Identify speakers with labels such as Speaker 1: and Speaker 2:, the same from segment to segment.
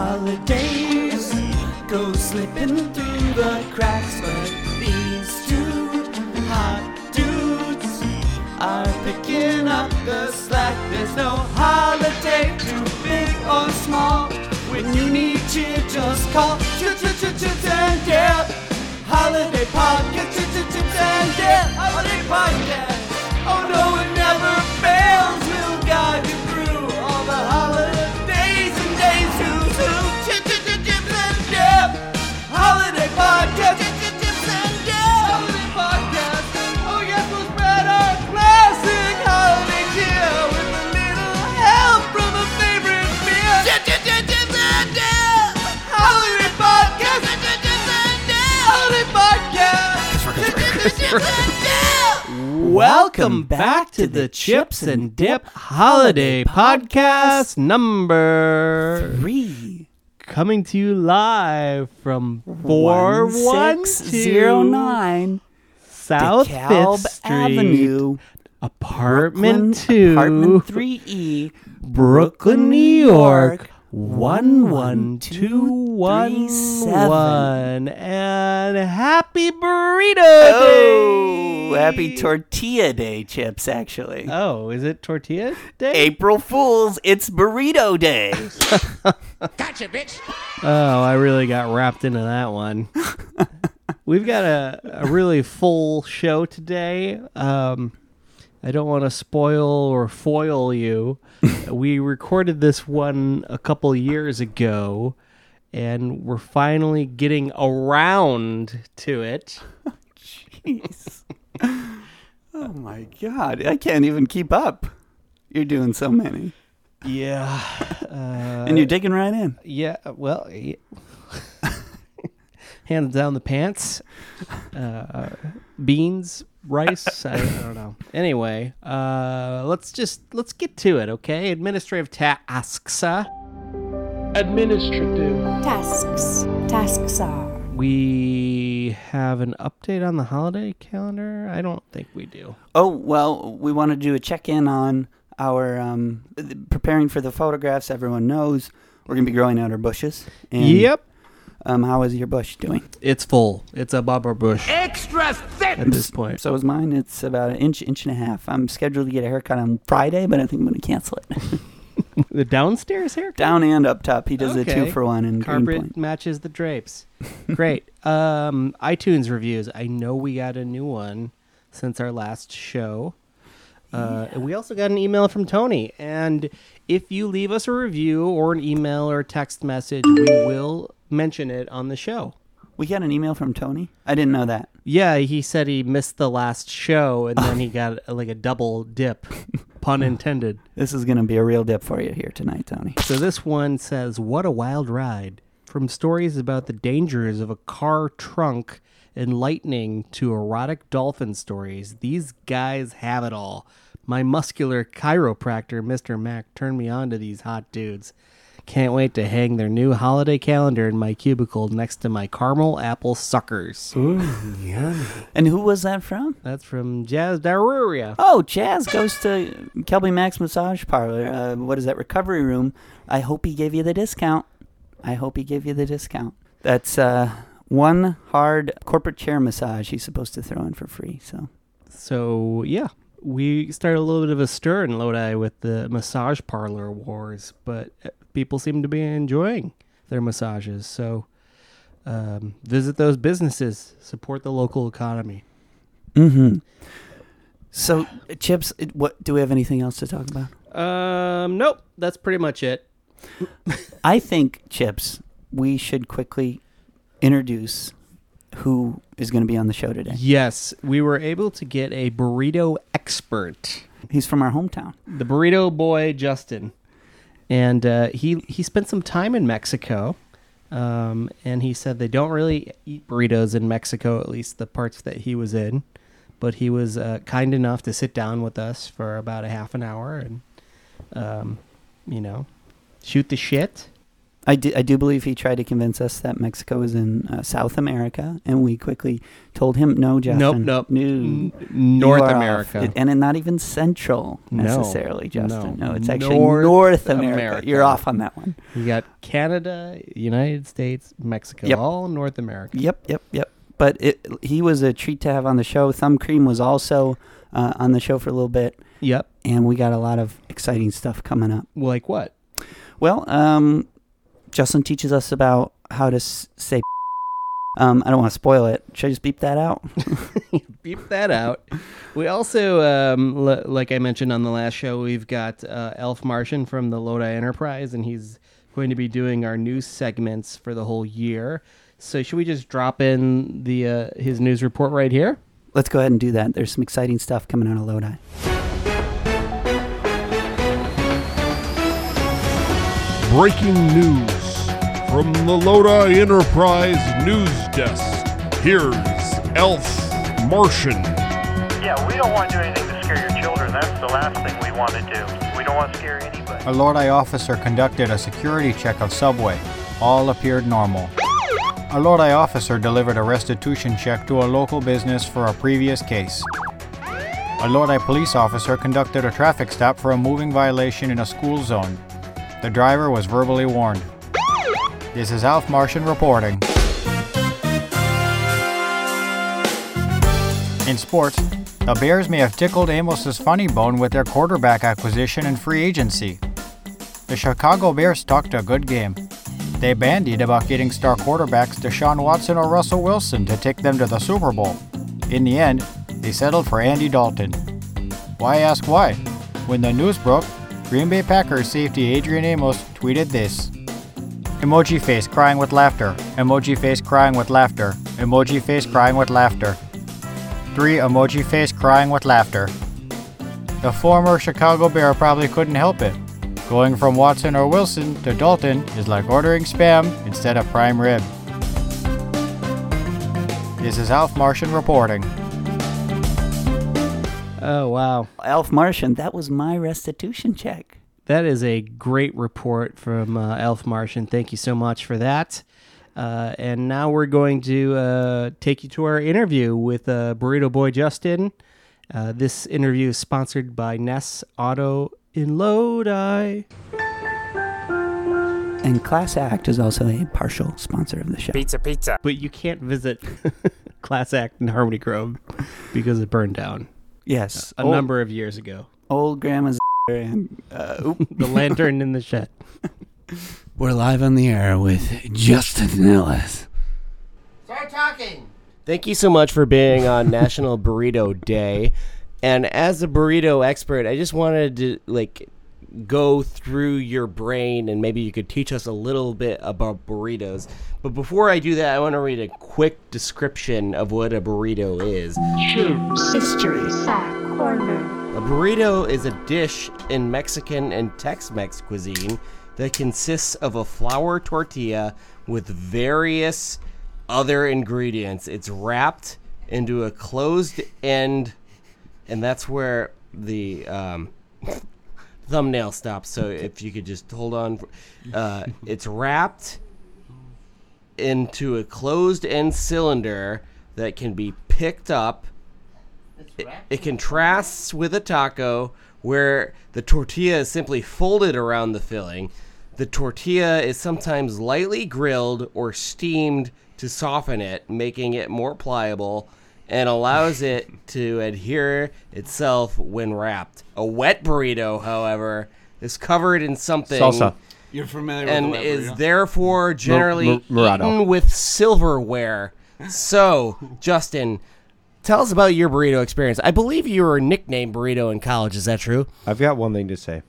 Speaker 1: holidays go slipping through the cracks, but these two hot dudes are picking up the slack. There's no holiday too big or small. When you need cheer, just call Ch ch ch ch and yeah. Holiday podcast, ch ch ch and yeah. Holiday podcast. Oh no, it never fails. We'll guide you through all the holidays and days to to ch ch ch ch and yeah. Holiday podcast. Ch ch ch and yeah. Holiday podcast. Oh yes, we'll spread our classic holiday cheer with a little help from a favorite beer. Ch ch ch ch and yeah. Holiday podcast. Ch ch ch and yeah. Holiday podcast. Welcome back to the Chips and Dip Holiday Podcast number
Speaker 2: Three
Speaker 1: coming to you live from
Speaker 2: one six zero
Speaker 1: 412
Speaker 2: nine
Speaker 1: South
Speaker 2: DeKalb
Speaker 1: Fifth Street,
Speaker 2: Avenue,
Speaker 1: apartment
Speaker 2: Brooklyn,
Speaker 1: 2,
Speaker 2: apartment three E,
Speaker 1: Brooklyn, New York. One one two one
Speaker 2: 11237.
Speaker 1: one and happy burrito
Speaker 2: Oh,
Speaker 1: day!
Speaker 2: happy Tortilla Day, chips. Actually,
Speaker 1: Oh, is it tortilla day?
Speaker 2: April Fools. It's Burrito Day.
Speaker 1: Oh, I really got wrapped into that one. We've got a, a really full show today. Um, I don't want to spoil or foil you. we recorded this one a couple years ago, and we're finally getting around to it.
Speaker 2: Jeez. Oh my God, I can't even keep up. You're doing so many,
Speaker 1: Yeah.
Speaker 2: and you're digging right in.
Speaker 1: Yeah, uh, well, y hands down the pants. Uh, beans, rice. I, I don't know. Anyway, uh, let's just let's get to it, okay? Administrative tasks. uh,
Speaker 3: Administrative.
Speaker 4: Tasks. Tasks are.
Speaker 1: We have an update on the holiday calendar. I don't think we do.
Speaker 2: Oh, well, we want to do a check in on our um, th- preparing for the photographs. Everyone knows we're going to be growing out our bushes. And, Um, how is your bush doing?
Speaker 1: it's full. It's a bobber bush at
Speaker 3: Extra thick!
Speaker 1: this point.
Speaker 2: So is mine. It's about an inch, inch and a half. I'm scheduled to get a haircut on Friday, but I think I'm going to cancel it.
Speaker 1: The downstairs haircut.
Speaker 2: Down and up top. He does a
Speaker 1: Okay.
Speaker 2: two for one in
Speaker 1: carpet
Speaker 2: Greenpoint.
Speaker 1: matches the drapes. Great. Um, iTunes reviews. I know we got a new one since our last show. Uh, and we also got an email from Tony. And if you leave us a review or an email or a text message, we will mention it on the show.
Speaker 2: We got an email from Tony. I didn't know that.
Speaker 1: Yeah, he said he missed the last show and then he got uh, like a double dip, pun intended.
Speaker 2: This is going to be a real dip for you here tonight, Tony.
Speaker 1: So this one says, "What a wild ride!" From stories about the dangers of a car trunk and lightning to erotic dolphin stories, these guys have it all. My muscular chiropractor, Mr. Mac, turned me on to these hot dudes. Can't wait to hang their new holiday calendar in my cubicle next to my caramel apple suckers.
Speaker 2: And who was that from?
Speaker 1: That's from Jazz Daruria.
Speaker 2: Oh, Chaz goes to Kelby Max Massage Parlor. Uh, what is that recovery room? I hope he gave you the discount. I hope he gave you the discount. That's uh, one hard corporate chair massage he's supposed to throw in for free. So
Speaker 1: So yeah, we started a little bit of a stir in Lodi with the massage parlor wars, but uh, people seem to be enjoying their massages. So um, visit those businesses, support the local economy.
Speaker 2: Mm-hmm. so chips. it- What do we have anything else to talk about?
Speaker 1: Um, nope, that's pretty much it.
Speaker 2: I think chips. We should quickly introduce who is going to be on the show today.
Speaker 1: Yes, we were able to get a burrito expert,
Speaker 2: He's from our hometown.
Speaker 1: the burrito boy Justin, and uh, he he spent some time in Mexico. Um, and he said they don't really eat burritos in Mexico, at least the parts that he was in. But he was uh, kind enough to sit down with us for about a half an hour and, um, you know, shoot the shit.
Speaker 2: I do, I do believe he tried to convince us that Mexico was in uh, South America, and we quickly told him, no, Justin.
Speaker 1: Nope, nope.
Speaker 2: No.
Speaker 1: N- North
Speaker 2: you are off."
Speaker 1: America.
Speaker 2: It- and not even Central
Speaker 1: No.
Speaker 2: necessarily, Justin.
Speaker 1: No.
Speaker 2: No, it's actually
Speaker 1: North
Speaker 2: North, America.
Speaker 1: America.
Speaker 2: You're off on that one.
Speaker 1: you got Canada, United States, Mexico,
Speaker 2: Yep.
Speaker 1: all North America.
Speaker 2: Yep, yep, yep. But it, he was a treat to have on the show. Thumb Cream was also uh, on the show for a little bit,
Speaker 1: Yep.
Speaker 2: and we got a lot of exciting stuff coming up.
Speaker 1: Like what?
Speaker 2: Well, um, Justin teaches us about how to s- say. Um, I don't want to spoil it. Should I just beep that out?
Speaker 1: Beep that out. we also, um, l- like I mentioned on the last show, we've got uh, Elf Martian from the Lodi Enterprise, and he's going to be doing our news segments for the whole year. So should we just drop in the uh, his news report right here?
Speaker 2: Let's go ahead and do that. There's some exciting stuff coming out of Lodi.
Speaker 5: Breaking news from the Lodi Enterprise News Desk. Here's Elf Martian.
Speaker 6: Yeah, we don't want to do anything to scare your children. That's the last thing we want to do. We don't want to scare anybody.
Speaker 7: A Lodi officer conducted a security check of Subway. All appeared normal. A Lodi officer delivered a restitution check to a local business for a previous case. A Lodi police officer conducted a traffic stop for a moving violation in a school zone. The driver was verbally warned. This is Alf Martian reporting. In sports, the Bears may have tickled Amos's funny bone with their quarterback acquisition and free agency. The Chicago Bears talked a good game. They bandied about getting star quarterbacks Deshaun Watson or Russell Wilson to take them to the Super Bowl. In the end, they settled for Andy Dalton. Why ask why? When the news broke, Green Bay Packers safety Adrian Amos tweeted this. Emoji face crying with laughter. Emoji face crying with laughter. Emoji face crying with laughter three emoji face crying with laughter. The former Chicago Bear probably couldn't help it. Going from Watson or Wilson to Dalton is like ordering spam instead of prime rib. This is Alf Martian reporting.
Speaker 1: Oh wow,
Speaker 2: Alf Martian, that was my restitution check.
Speaker 1: that is a great report from uh, Elf Martian. Thank you so much for that. Uh, and now we're going to uh, take you to our interview with uh, Burrito Boy Justin. Uh, this interview is sponsored by Ness Auto in Lodi.
Speaker 2: And Class Act is also a partial sponsor of the show.
Speaker 8: Pizza, pizza.
Speaker 1: But you can't visit Class Act in Harmony Grove Oh. because it burned down
Speaker 2: Yes,
Speaker 1: a
Speaker 2: old,
Speaker 1: number of years ago.
Speaker 2: Old grandma's. And, uh, oop.
Speaker 1: The lantern in the shed.
Speaker 2: We're live on the air with Justin Ellis.
Speaker 9: Thank you so much for being on National Burrito Day. And as a burrito expert, I just wanted to like go through your brain and maybe you could teach us a little bit about burritos. But before I do that, I want to read a quick description of what a burrito is.
Speaker 10: History. Fact. Corner.
Speaker 9: A burrito is a dish in Mexican and Tex Mex cuisine that consists of a flour tortilla with various other ingredients. It's wrapped into a closed end, and that's where the um, thumbnail stops. So if you could just hold on. for- Uh, it's wrapped into a closed end cylinder that can be picked up it contrasts with a taco where the tortilla is simply folded around the filling. The tortilla is sometimes lightly grilled or steamed to soften it, making it more pliable and allows it to adhere itself when wrapped. A wet burrito, however, is covered in something
Speaker 1: Salsa.
Speaker 11: You're familiar
Speaker 9: and is therefore generally
Speaker 1: Mor- Murado.
Speaker 9: eaten with silverware. So, Justin, tell us about your burrito experience. I believe you were nicknamed Burrito in college. Is that true?
Speaker 12: I've got one thing to say.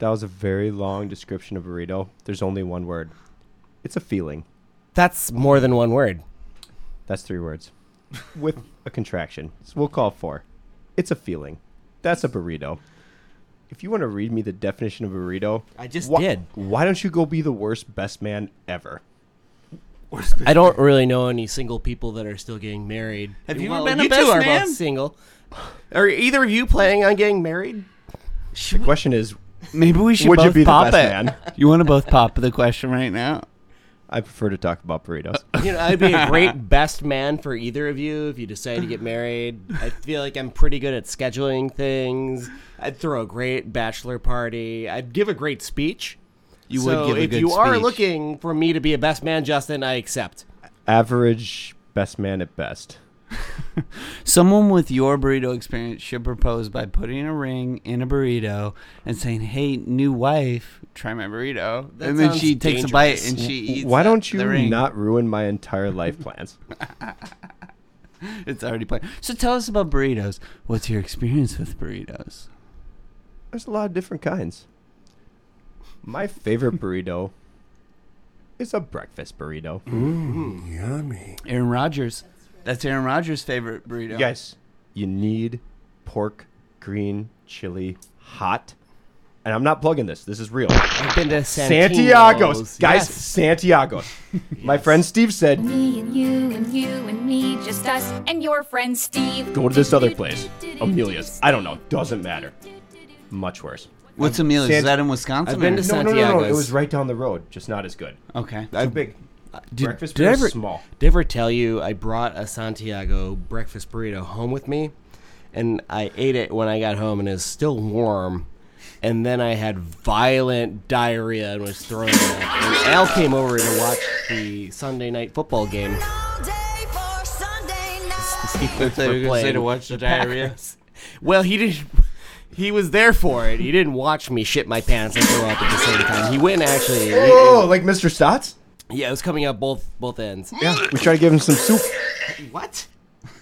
Speaker 12: That was a very long description of burrito. There's only one word. It's a feeling.
Speaker 9: That's more than one word.
Speaker 12: That's three words. With a contraction. So we'll call it four. It's a feeling. That's a burrito. If you want to read me the definition of a burrito,
Speaker 9: I just
Speaker 12: why-
Speaker 9: did.
Speaker 12: Why don't you go be the worst best man ever?
Speaker 9: I don't really know any single people that are still getting married.
Speaker 11: Have you ever
Speaker 9: Well,
Speaker 11: been a
Speaker 9: you
Speaker 11: best
Speaker 9: two are
Speaker 11: man?
Speaker 9: both single. Are either of you planning on getting married?
Speaker 12: The question is,
Speaker 2: Maybe we should
Speaker 5: Would you
Speaker 2: both
Speaker 5: be the
Speaker 2: pop
Speaker 5: best
Speaker 2: it.
Speaker 5: man?
Speaker 2: You want to both pop the question right now?
Speaker 5: I prefer to talk about burritos.
Speaker 9: You know, I'd be a great best man for either of you if you decide to get married. I feel like I'm pretty good at scheduling things. I'd throw a great bachelor party. I'd give a great speech.
Speaker 2: You
Speaker 9: so
Speaker 2: would give a
Speaker 9: if
Speaker 2: good
Speaker 9: you are
Speaker 2: speech.
Speaker 9: looking for me to be a best man, Justin, I accept.
Speaker 5: Average best man at best.
Speaker 2: Someone with your burrito experience should propose by putting a ring in a burrito and saying, "Hey, new wife, try my burrito."
Speaker 9: That
Speaker 2: and then
Speaker 9: sounds
Speaker 2: she takes a bite
Speaker 9: dangerous.
Speaker 2: and she eats.
Speaker 5: Why
Speaker 2: that-
Speaker 5: don't
Speaker 2: the
Speaker 5: you
Speaker 2: ring.
Speaker 5: not ruin my entire life plans?
Speaker 2: It's already planned. So tell us about burritos. What's your experience with burritos?
Speaker 5: There's a lot of different kinds. My favorite burrito is a breakfast burrito.
Speaker 2: Aaron Rodgers. That's Aaron Rodgers' favorite burrito.
Speaker 5: Guys, you need pork green chili hot. And I'm not plugging this. This is real.
Speaker 9: I've been to
Speaker 5: Santiago's.
Speaker 9: Santino's.
Speaker 5: Guys,
Speaker 9: Yes.
Speaker 5: Santiago's. My friend Steve said,
Speaker 10: Me and you and you and me, just us and your friend Steve.
Speaker 5: go to this other place. Amelia's. I don't know. Doesn't matter. Much worse.
Speaker 2: What's Amelia's? Is
Speaker 5: San-
Speaker 2: that in Wisconsin?
Speaker 9: I've been
Speaker 2: or-
Speaker 9: to
Speaker 5: No, no, no, no. It
Speaker 9: Santiago's.
Speaker 5: was right down the road. Just not as good.
Speaker 2: Okay.
Speaker 5: Too big.
Speaker 2: Did-
Speaker 5: breakfast
Speaker 9: Uh, did I
Speaker 5: burrito
Speaker 9: ever-
Speaker 5: small.
Speaker 9: Did I ever tell you I brought a Santiago breakfast burrito home with me? And I ate it when I got home and it's still warm. And then I had violent diarrhea and was thrown up. And Al came over to watch the Sunday night football game.
Speaker 2: I thought you were gonna say to watch the diarrhea.
Speaker 9: Packers. Well, he didn't. He was there for it. He didn't watch me shit my pants and throw up at the same time. He went actually.
Speaker 5: Oh, like Mr. Stotts?
Speaker 9: Yeah, it was coming out both both ends.
Speaker 5: Yeah. We tried to give him some soup.
Speaker 9: What?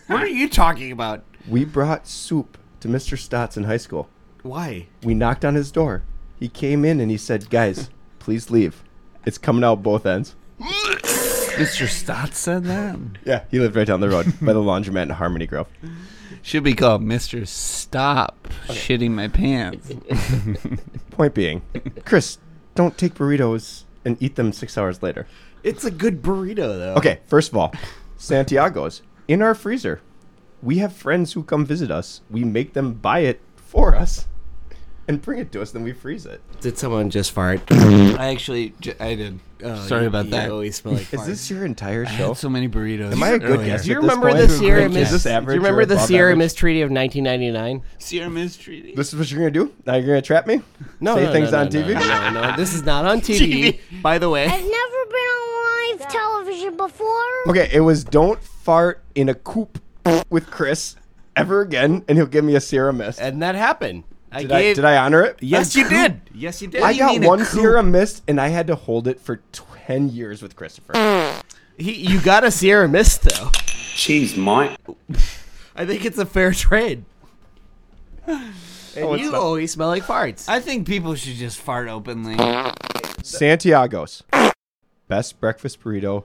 Speaker 9: What are you talking about?
Speaker 5: We brought soup to Mr. Stotts in high school.
Speaker 9: Why?
Speaker 5: We knocked on his door. He came in and he said, Guys, please leave. It's coming out both ends.
Speaker 2: Mr. Stott said that.
Speaker 5: Yeah, he lived right down the road by the laundromat in Harmony Grove.
Speaker 2: Should be called Mr. Stop shitting my pants.
Speaker 5: Point being, Chris, don't take burritos and eat them six hours later.
Speaker 9: It's a good burrito though.
Speaker 5: Okay, first of all, Santiago's in our freezer. We have friends who come visit us. We make them buy it for us and bring it to us, then we freeze it.
Speaker 9: Did someone just fart?
Speaker 2: I actually, j- I did. Sorry about that.
Speaker 9: You always smell like
Speaker 5: Is
Speaker 9: farts.
Speaker 5: this your entire
Speaker 2: I
Speaker 5: show?
Speaker 2: had so many burritos.
Speaker 5: Am I a good
Speaker 2: earlier.
Speaker 5: guest?
Speaker 9: Do you
Speaker 5: at this
Speaker 9: remember
Speaker 5: point?
Speaker 9: the Sierra
Speaker 2: Is this
Speaker 9: Miss? Do
Speaker 5: average
Speaker 9: you
Speaker 5: or
Speaker 9: remember the
Speaker 5: above
Speaker 9: Sierra
Speaker 5: average?
Speaker 9: Miss Treaty of 1999?
Speaker 2: Sierra Miss Treaty.
Speaker 5: This is what you're gonna do? Now you're gonna trap me? say things on TV?
Speaker 9: No, no, no, this is not on TV. by the way,
Speaker 4: Never been on live television before.
Speaker 5: Okay, it was don't fart in a coop with Chris ever again, and he'll give me a Sierra Mist.
Speaker 9: and that happened. I
Speaker 5: Did I,
Speaker 9: gave.
Speaker 5: did I honor it?
Speaker 9: Yes, you did. Yes, you did.
Speaker 5: I got
Speaker 2: mean a
Speaker 5: one
Speaker 2: coop?
Speaker 5: Sierra Mist, and I had to hold it for ten years with Christopher.
Speaker 9: He, you got a Sierra Mist though.
Speaker 1: Jeez, Mike.
Speaker 9: I think it's a fair trade. And
Speaker 5: Oh, it's
Speaker 9: you
Speaker 5: not.
Speaker 9: always smell like farts.
Speaker 2: I think people should just fart openly.
Speaker 5: Santiago's best breakfast burrito,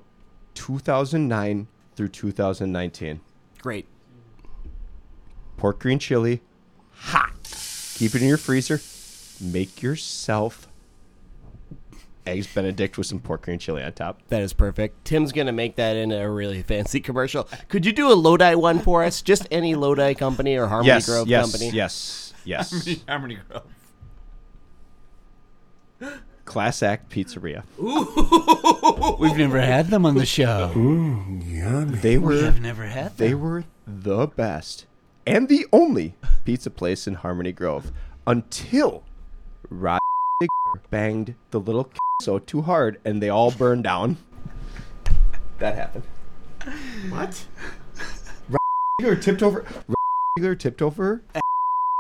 Speaker 5: 2009 through 2019.
Speaker 9: Great.
Speaker 5: Pork green chili, hot. Keep it in your freezer. Make yourself eggs Benedict with some pork green chili on top.
Speaker 9: That is perfect. Tim's gonna make that into a really fancy commercial. Could you do a Lodi one for us? Just any Lodi company or Harmony
Speaker 5: yes,
Speaker 9: Grove
Speaker 5: yes,
Speaker 9: company.
Speaker 5: yes, yes, Class act pizzeria.
Speaker 2: We've never had them on the show. We
Speaker 5: They were
Speaker 2: have never had them.
Speaker 5: they were the best and the only pizza place in Harmony Grove until Rod banged the little so too hard and they all burned down. That happened.
Speaker 9: What?
Speaker 5: Rod tipped over. Rod tipped over.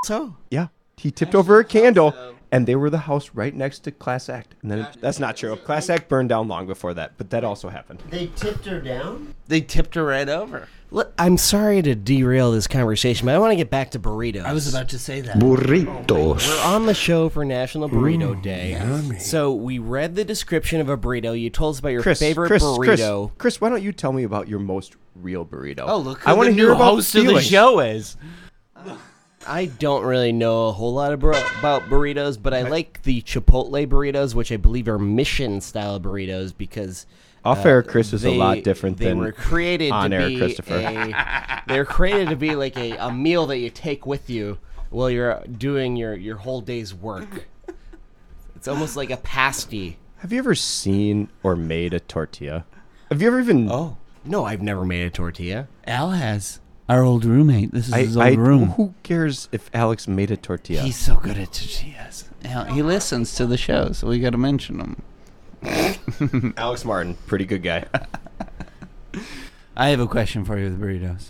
Speaker 9: So
Speaker 5: Yeah, he tipped over a candle. And they were the house right next to Class Act. And then that's not true. Class Act burned down long before that, but that also happened.
Speaker 9: they tipped her down.
Speaker 2: They tipped her right over.
Speaker 9: Look, I'm sorry to derail this conversation, but I want to get back to burritos.
Speaker 2: I was about to say that.
Speaker 9: We're on the show for National Burrito Day. So we read the description of a burrito. You told us about your
Speaker 5: Chris,
Speaker 9: favorite
Speaker 5: Chris,
Speaker 9: burrito.
Speaker 5: Chris, Chris, why don't you tell me about your most real burrito?
Speaker 2: Oh, look who
Speaker 5: I
Speaker 2: the
Speaker 5: want to
Speaker 2: new
Speaker 5: hear about
Speaker 2: host of the
Speaker 5: feelings.
Speaker 2: show is.
Speaker 9: I don't really know a whole lot of bur- about burritos, but I like the Chipotle burritos, which I believe are mission style burritos because uh,
Speaker 5: Off air, Chris is a lot different
Speaker 9: they
Speaker 5: than
Speaker 9: were created
Speaker 5: on
Speaker 9: to
Speaker 5: air,
Speaker 9: be
Speaker 5: Christopher.
Speaker 9: a- they were created to be like a, a meal that you take with you while you're doing your, your whole day's work. It's almost like a pasty.
Speaker 1: Have you ever seen or made a tortilla? Have you ever even?
Speaker 9: Oh no, I've never made a tortilla.
Speaker 2: Al has our old roommate. This is his old room.
Speaker 1: Who cares if Alex made a tortilla?
Speaker 2: He's so good at tortillas. Al- He listens to the show, so we got to mention him.
Speaker 1: Alex Martin, pretty good guy.
Speaker 2: I have a question for you with burritos.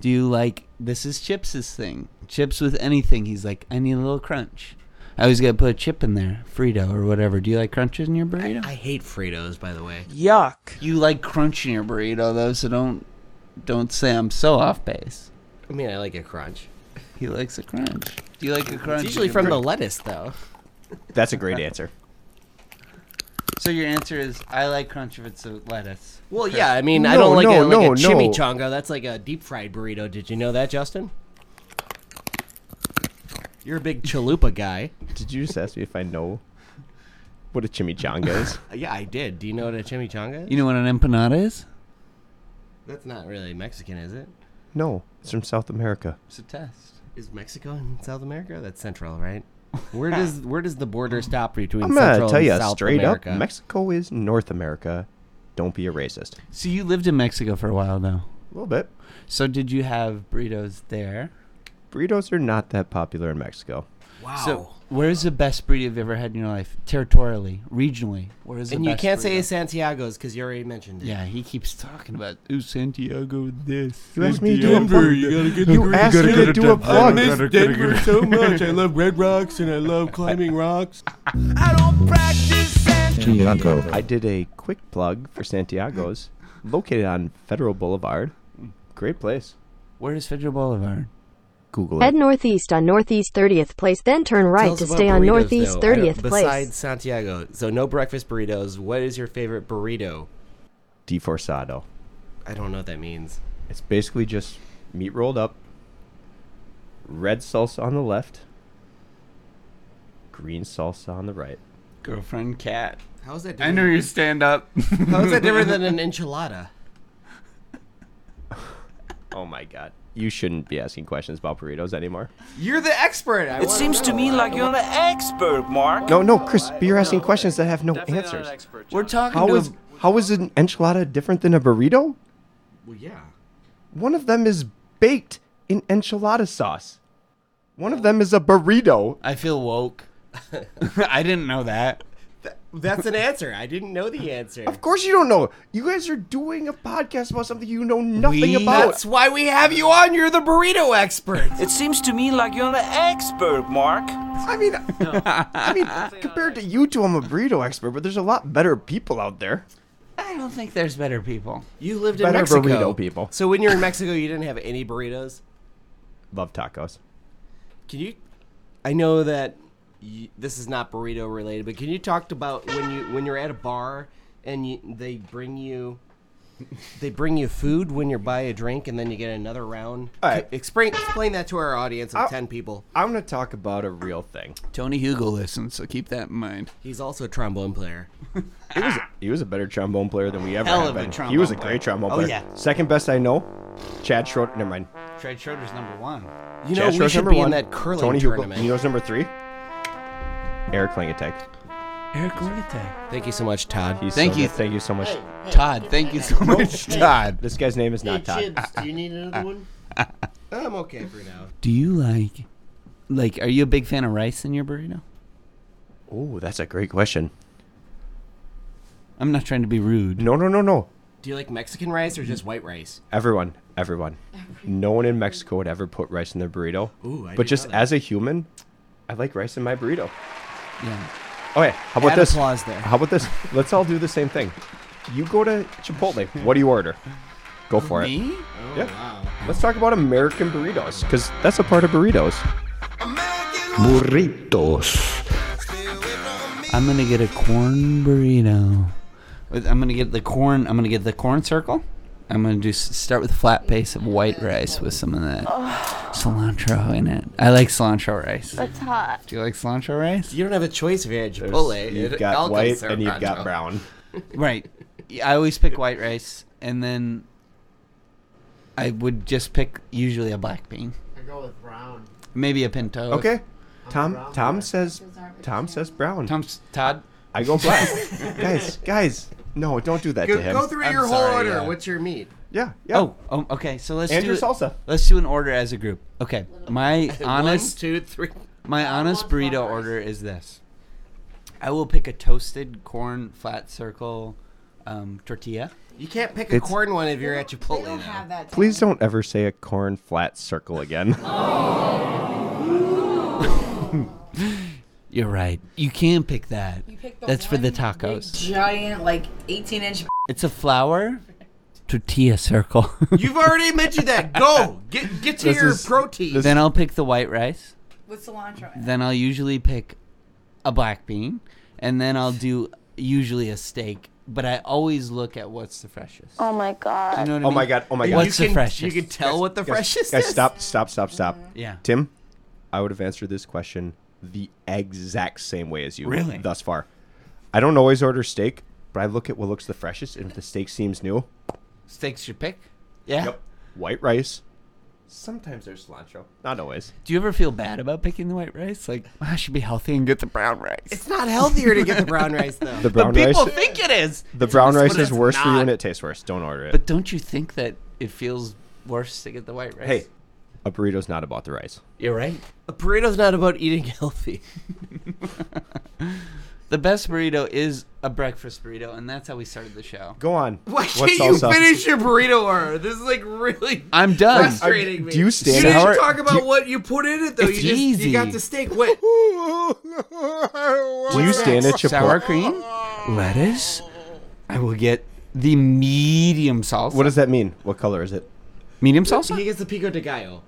Speaker 2: Do you like this is Chips' thing? Chips with anything. He's like, I need a little crunch. I always gotta put a chip in there, Frito or whatever. Do you like crunches in your burrito?
Speaker 9: I hate Fritos, by the way.
Speaker 13: Yuck.
Speaker 2: you like crunch in your burrito though, so don't don't say I'm so off base.
Speaker 9: I mean, I like a crunch.
Speaker 2: He likes a crunch. Do you like a crunch?
Speaker 9: It's usually from the lettuce, though.
Speaker 1: That's a great answer.
Speaker 2: So your answer is I like crunch if it's a lettuce.
Speaker 9: Well, yeah. I mean, I
Speaker 1: No,
Speaker 9: don't like
Speaker 1: no,
Speaker 9: a, like
Speaker 1: no, no.
Speaker 9: a chimichanga. That's like a deep fried burrito. Did you know that, Justin? You're a big chalupa guy.
Speaker 1: Did you just ask me if I know what a chimichanga is?
Speaker 9: Yeah, I did. Do you know what a chimichanga is?
Speaker 2: You know what an empanada is?
Speaker 9: That's not really Mexican, is it?
Speaker 1: No, it's from South America.
Speaker 2: It's a test.
Speaker 9: Is Mexico in South America? That's Central, right? Where does where does the border stop between
Speaker 1: I'm gonna
Speaker 9: Central
Speaker 1: tell
Speaker 9: and
Speaker 1: you
Speaker 9: South
Speaker 1: straight
Speaker 9: America?
Speaker 1: up, Mexico is North America. Don't be a racist. A
Speaker 2: So you lived in Mexico for a while though.
Speaker 1: little bit.
Speaker 2: So did you have burritos there?
Speaker 1: Burritos are not that popular in Mexico.
Speaker 9: wow.
Speaker 2: So, where's the best burrito you've ever had in your life, territorially, regionally? Where is the
Speaker 9: and you
Speaker 2: best
Speaker 9: can't say
Speaker 2: burrito?
Speaker 9: Santiago's because you already mentioned it.
Speaker 2: Yeah, he keeps talking about ooh Santiago this.
Speaker 1: You asked me to do a vlog. You asked me to do a vlog.
Speaker 13: Denver so much. I love red rocks and I love climbing rocks.
Speaker 1: I did a quick plug for Santiago's, located on Federal Boulevard. Great place.
Speaker 2: Where is Federal Boulevard?
Speaker 1: Google
Speaker 14: Head
Speaker 1: it.
Speaker 14: northeast on northeast 30th place, then turn
Speaker 9: Tell
Speaker 14: right
Speaker 9: us
Speaker 14: to
Speaker 9: about
Speaker 14: stay on
Speaker 9: burritos,
Speaker 14: northeast
Speaker 9: though. I don't-
Speaker 14: 30th place.
Speaker 9: Besides Santiago, so no breakfast burritos. What is your favorite burrito?
Speaker 1: Deforesado.
Speaker 9: I don't know what that means.
Speaker 1: It's basically just meat rolled up, red salsa on the left, green salsa on the right.
Speaker 2: Girlfriend cat.
Speaker 9: How is that?
Speaker 2: I
Speaker 9: Different?
Speaker 2: know you stand up.
Speaker 9: How is that different than an enchilada?
Speaker 1: Oh my god. You shouldn't be asking questions about burritos anymore.
Speaker 9: You're the expert. I
Speaker 13: It seems to me like you're the expert, Mark.
Speaker 1: No, no, Chris, you're asking questions that have no answers.
Speaker 2: We're talking
Speaker 1: How
Speaker 2: to
Speaker 1: is
Speaker 2: a,
Speaker 1: how is an enchilada different than a burrito?
Speaker 9: Well, yeah.
Speaker 1: One of them is baked in enchilada sauce. One of them is a burrito.
Speaker 2: I feel woke. I didn't know that.
Speaker 9: That's an answer. I didn't know the answer.
Speaker 1: Of course you don't know. You guys are doing a podcast about something you know nothing
Speaker 2: We-
Speaker 1: about.
Speaker 9: That's why we have you on. You're the burrito expert.
Speaker 13: It seems to me like you're the expert, Mark.
Speaker 1: I mean, I mean, compared to you two, I'm a burrito expert, but there's a lot better people out there.
Speaker 2: I don't think there's better people.
Speaker 9: You lived in
Speaker 1: Better
Speaker 9: Mexico.
Speaker 1: burrito people.
Speaker 9: So when you're in Mexico, you didn't have any burritos.
Speaker 1: Love tacos.
Speaker 9: Can you? I know that you, this is not burrito related, but can you talk about when you when you're at a bar and you, they bring you they bring you food when you buy a drink and then you get another round?
Speaker 1: All right.
Speaker 9: Explain explain that to our audience of
Speaker 1: I'll-
Speaker 9: ten people.
Speaker 1: I'm gonna talk about a real thing.
Speaker 2: Tony Hugo listens, so keep that in mind.
Speaker 9: He's also a trombone player.
Speaker 1: He was, he was a better trombone player than we ever
Speaker 2: Hell
Speaker 1: have
Speaker 2: of a
Speaker 1: been. he
Speaker 2: trombone
Speaker 1: was a
Speaker 2: player.
Speaker 1: great trombone
Speaker 2: Oh,
Speaker 1: player.
Speaker 2: yeah.
Speaker 1: Second best I know. Chad Schroeder. Never mind.
Speaker 2: Fred Schroeder's number one.
Speaker 9: You know
Speaker 1: Chad
Speaker 9: we
Speaker 1: Schroeder's
Speaker 9: should
Speaker 1: number
Speaker 9: be
Speaker 1: one.
Speaker 9: in that curling
Speaker 1: Tony Hugo-
Speaker 9: tournament.
Speaker 1: You know who's number three? Eric Klingatek.
Speaker 2: Eric Lingate.
Speaker 9: Thank you so much, Todd.
Speaker 1: He's
Speaker 2: Thank
Speaker 1: so
Speaker 2: you.
Speaker 1: good. Thank you so much.
Speaker 2: Todd, thank you so much, Todd.
Speaker 1: This guy's name is not Todd.
Speaker 9: do you need another one? I'm okay for now.
Speaker 2: Do you like, like, are you a big fan of rice in your burrito?
Speaker 1: Oh, that's a great question.
Speaker 2: I'm not trying to be rude.
Speaker 1: No, no, no, no.
Speaker 9: Do you like Mexican rice or just white rice?
Speaker 1: Everyone, everyone. No one in Mexico would ever put rice in their burrito.
Speaker 9: Ooh, I
Speaker 1: but
Speaker 9: didn't
Speaker 1: just
Speaker 9: know that.
Speaker 1: as a human, I like rice in my burrito.
Speaker 2: Yeah.
Speaker 1: Okay, how about
Speaker 9: Add
Speaker 1: this?
Speaker 9: applause there.
Speaker 1: How about this? Let's all do the same thing. You go to Chipotle. What do you order? Go for it.
Speaker 2: Me? Oh,
Speaker 1: Yeah. Let's talk about American burritos because that's a part of burritos.
Speaker 2: I'm gonna get a corn burrito. With- I'm gonna get the corn. I'm gonna get the corn circle. I'm gonna do start with a flat base of white rice with some of that
Speaker 1: Oh.
Speaker 2: cilantro in it. I like cilantro rice.
Speaker 15: That's hot.
Speaker 2: Do you like cilantro rice?
Speaker 9: You don't have a choice if you had
Speaker 1: There's-
Speaker 9: Chipotle.
Speaker 1: You've
Speaker 9: It all
Speaker 1: got
Speaker 9: goes
Speaker 1: white
Speaker 9: through
Speaker 1: and you've got
Speaker 9: Rancho.
Speaker 1: brown.
Speaker 2: Right. Yeah, I always pick white rice, and then I would just pick usually a black bean. I go with brown. Maybe a pinto. if-
Speaker 1: Okay.
Speaker 7: Tom Tom says Tom says brown.
Speaker 2: Tom's Todd.
Speaker 7: I go black. guys, guys, no, don't do that
Speaker 2: Go-
Speaker 7: to him.
Speaker 2: go through I'm your whole sorry,
Speaker 1: uh,
Speaker 2: order. yeah.
Speaker 7: What's
Speaker 2: your meat?
Speaker 7: Yeah, yeah.
Speaker 2: Oh, oh, okay. So let's
Speaker 7: And
Speaker 2: do
Speaker 7: your
Speaker 2: it-
Speaker 7: salsa.
Speaker 2: Let's do an order as a group. Okay. My honest
Speaker 9: two, three.
Speaker 2: My honest burrito order is this. I will pick a toasted corn flat circle um, tortilla.
Speaker 9: You can't pick
Speaker 7: a It's- corn
Speaker 9: one if you're at Chipotle. don't have that.
Speaker 7: Please don't ever say a corn flat circle again.
Speaker 2: You're right. You can pick that.
Speaker 14: You pick the
Speaker 2: That's for the
Speaker 14: Big
Speaker 2: tacos.
Speaker 14: giant, like 18 inch.
Speaker 2: It's a flour tortilla circle.
Speaker 9: You've already mentioned that. Go get get to
Speaker 2: This
Speaker 9: your
Speaker 2: is-
Speaker 9: protein.
Speaker 2: Then I'll pick the white rice.
Speaker 14: With cilantro in it.
Speaker 2: Then I'll usually pick a black bean, and then I'll do usually a steak. But I always look at what's the freshest.
Speaker 16: Oh my god.
Speaker 2: You know what I
Speaker 7: oh my
Speaker 2: mean?
Speaker 7: god! Oh my
Speaker 2: You
Speaker 7: god!
Speaker 2: What's can- the freshest? you
Speaker 9: can tell what the
Speaker 7: guys,
Speaker 9: freshest
Speaker 7: guys,
Speaker 9: is.
Speaker 7: Stop! Stop! Stop! Stop!
Speaker 2: Yeah.
Speaker 7: Tim, I would have answered this question the exact same way as you.
Speaker 2: Really?
Speaker 7: Thus far, I don't always order steak, but I look at what looks the freshest, and if the steak seems new,
Speaker 2: Steaks your pick. Yeah.
Speaker 7: Yep. White rice. Sometimes there's cilantro. Not always.
Speaker 2: Do you ever feel bad about picking the white rice? Like "Ah, I should be healthy and get the brown rice.
Speaker 9: It's not healthier to get the brown rice though.
Speaker 7: The brown
Speaker 2: but people
Speaker 7: rice-
Speaker 2: think it is.
Speaker 7: The brown
Speaker 2: But
Speaker 7: rice is
Speaker 2: it's
Speaker 7: worse for you,
Speaker 2: not.
Speaker 7: and it tastes worse. Don't order it.
Speaker 2: But don't you think that it feels worse to get the white rice?
Speaker 7: hey, a burrito's not about the rice.
Speaker 2: you're right.
Speaker 9: A burrito's not about eating healthy.
Speaker 2: The best burrito is a breakfast burrito, and that's how we started the show.
Speaker 7: Go on.
Speaker 9: Why
Speaker 7: What
Speaker 9: can't you
Speaker 7: salsa?
Speaker 9: finish your burrito order? This is like really
Speaker 2: I'm done.
Speaker 9: frustrating
Speaker 2: I'm-
Speaker 9: me.
Speaker 2: do you stand
Speaker 9: didn't
Speaker 2: out?
Speaker 9: talk about
Speaker 2: Do you-
Speaker 9: what you put in it though.
Speaker 2: It's
Speaker 9: you just
Speaker 2: easy.
Speaker 9: you got the steak. What?
Speaker 7: Do you stand at Chipotle?
Speaker 2: Sour cream, lettuce. I will get the medium salsa.
Speaker 7: What does that mean? What color is it?
Speaker 2: Medium salsa.
Speaker 9: He gets the pico de gallo.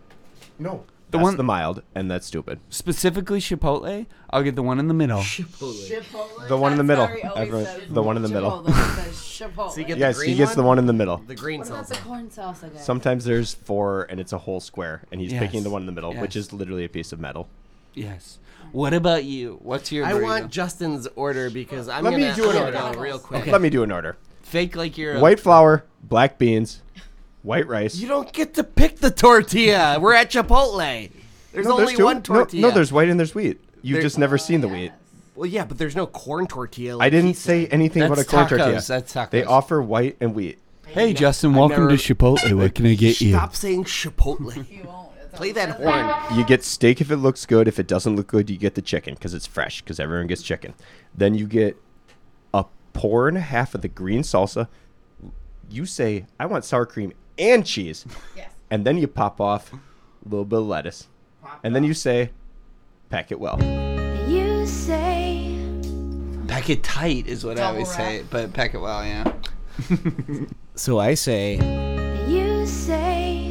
Speaker 7: No.
Speaker 2: The
Speaker 7: The
Speaker 2: one-
Speaker 7: one the mild, and that's stupid.
Speaker 2: Specifically Chipotle. I'll get the one in the middle.
Speaker 14: Chipotle.
Speaker 7: The one in the middle.
Speaker 14: Sorry, always
Speaker 7: Everyone-
Speaker 14: says
Speaker 7: the one in the middle.
Speaker 14: Chipotle, says Chipotle.
Speaker 9: So you get
Speaker 7: Yes,
Speaker 9: the
Speaker 7: he
Speaker 9: green
Speaker 7: gets the
Speaker 9: one?
Speaker 7: one in the middle.
Speaker 9: The green
Speaker 14: what about
Speaker 9: salsa.
Speaker 14: the corn salsa guy?
Speaker 7: Sometimes there's four, and it's a whole square, and he's
Speaker 2: Yes.
Speaker 7: picking the one in the middle, which
Speaker 2: Yes.
Speaker 7: is literally a piece of metal.
Speaker 2: Yes. What about you? What's your?
Speaker 9: I
Speaker 2: burrito?
Speaker 9: want Justin's order because I'm
Speaker 7: Let
Speaker 9: gonna
Speaker 7: me do an
Speaker 9: I'm
Speaker 7: order.
Speaker 9: gonna go real quick.
Speaker 7: Let me do an order.
Speaker 2: Fake like you're a-
Speaker 7: white flour, black beans, white rice.
Speaker 9: You don't get to pick the tortilla. We're at Chipotle. There's
Speaker 7: No,
Speaker 9: only
Speaker 7: two.
Speaker 9: one
Speaker 7: No-
Speaker 9: tortilla.
Speaker 7: No, there's white and there's wheat. You've
Speaker 9: There- Oh,
Speaker 7: just never seen the wheat.
Speaker 9: Well, yeah, but there's no corn tortilla.
Speaker 7: I
Speaker 9: like he
Speaker 7: didn't say
Speaker 9: said.
Speaker 7: anything about a corn tortilla.
Speaker 2: That's tacos.
Speaker 7: They offer white and wheat.
Speaker 2: Hey, Justin, welcome to Chipotle. What can I get you?
Speaker 9: Stop saying Chipotle. Play that horn.
Speaker 7: You get steak if it looks good. If it doesn't look good, you get the chicken because it's fresh because everyone gets chicken. Then you get a pour and a half of the green salsa. You say, I want sour cream and cheese. Yes. And then you pop off a little bit of lettuce. and then you say, pack it well.
Speaker 16: You say
Speaker 2: Pack it tight is what I always say, but pack it well, yeah.
Speaker 17: So I say
Speaker 16: You say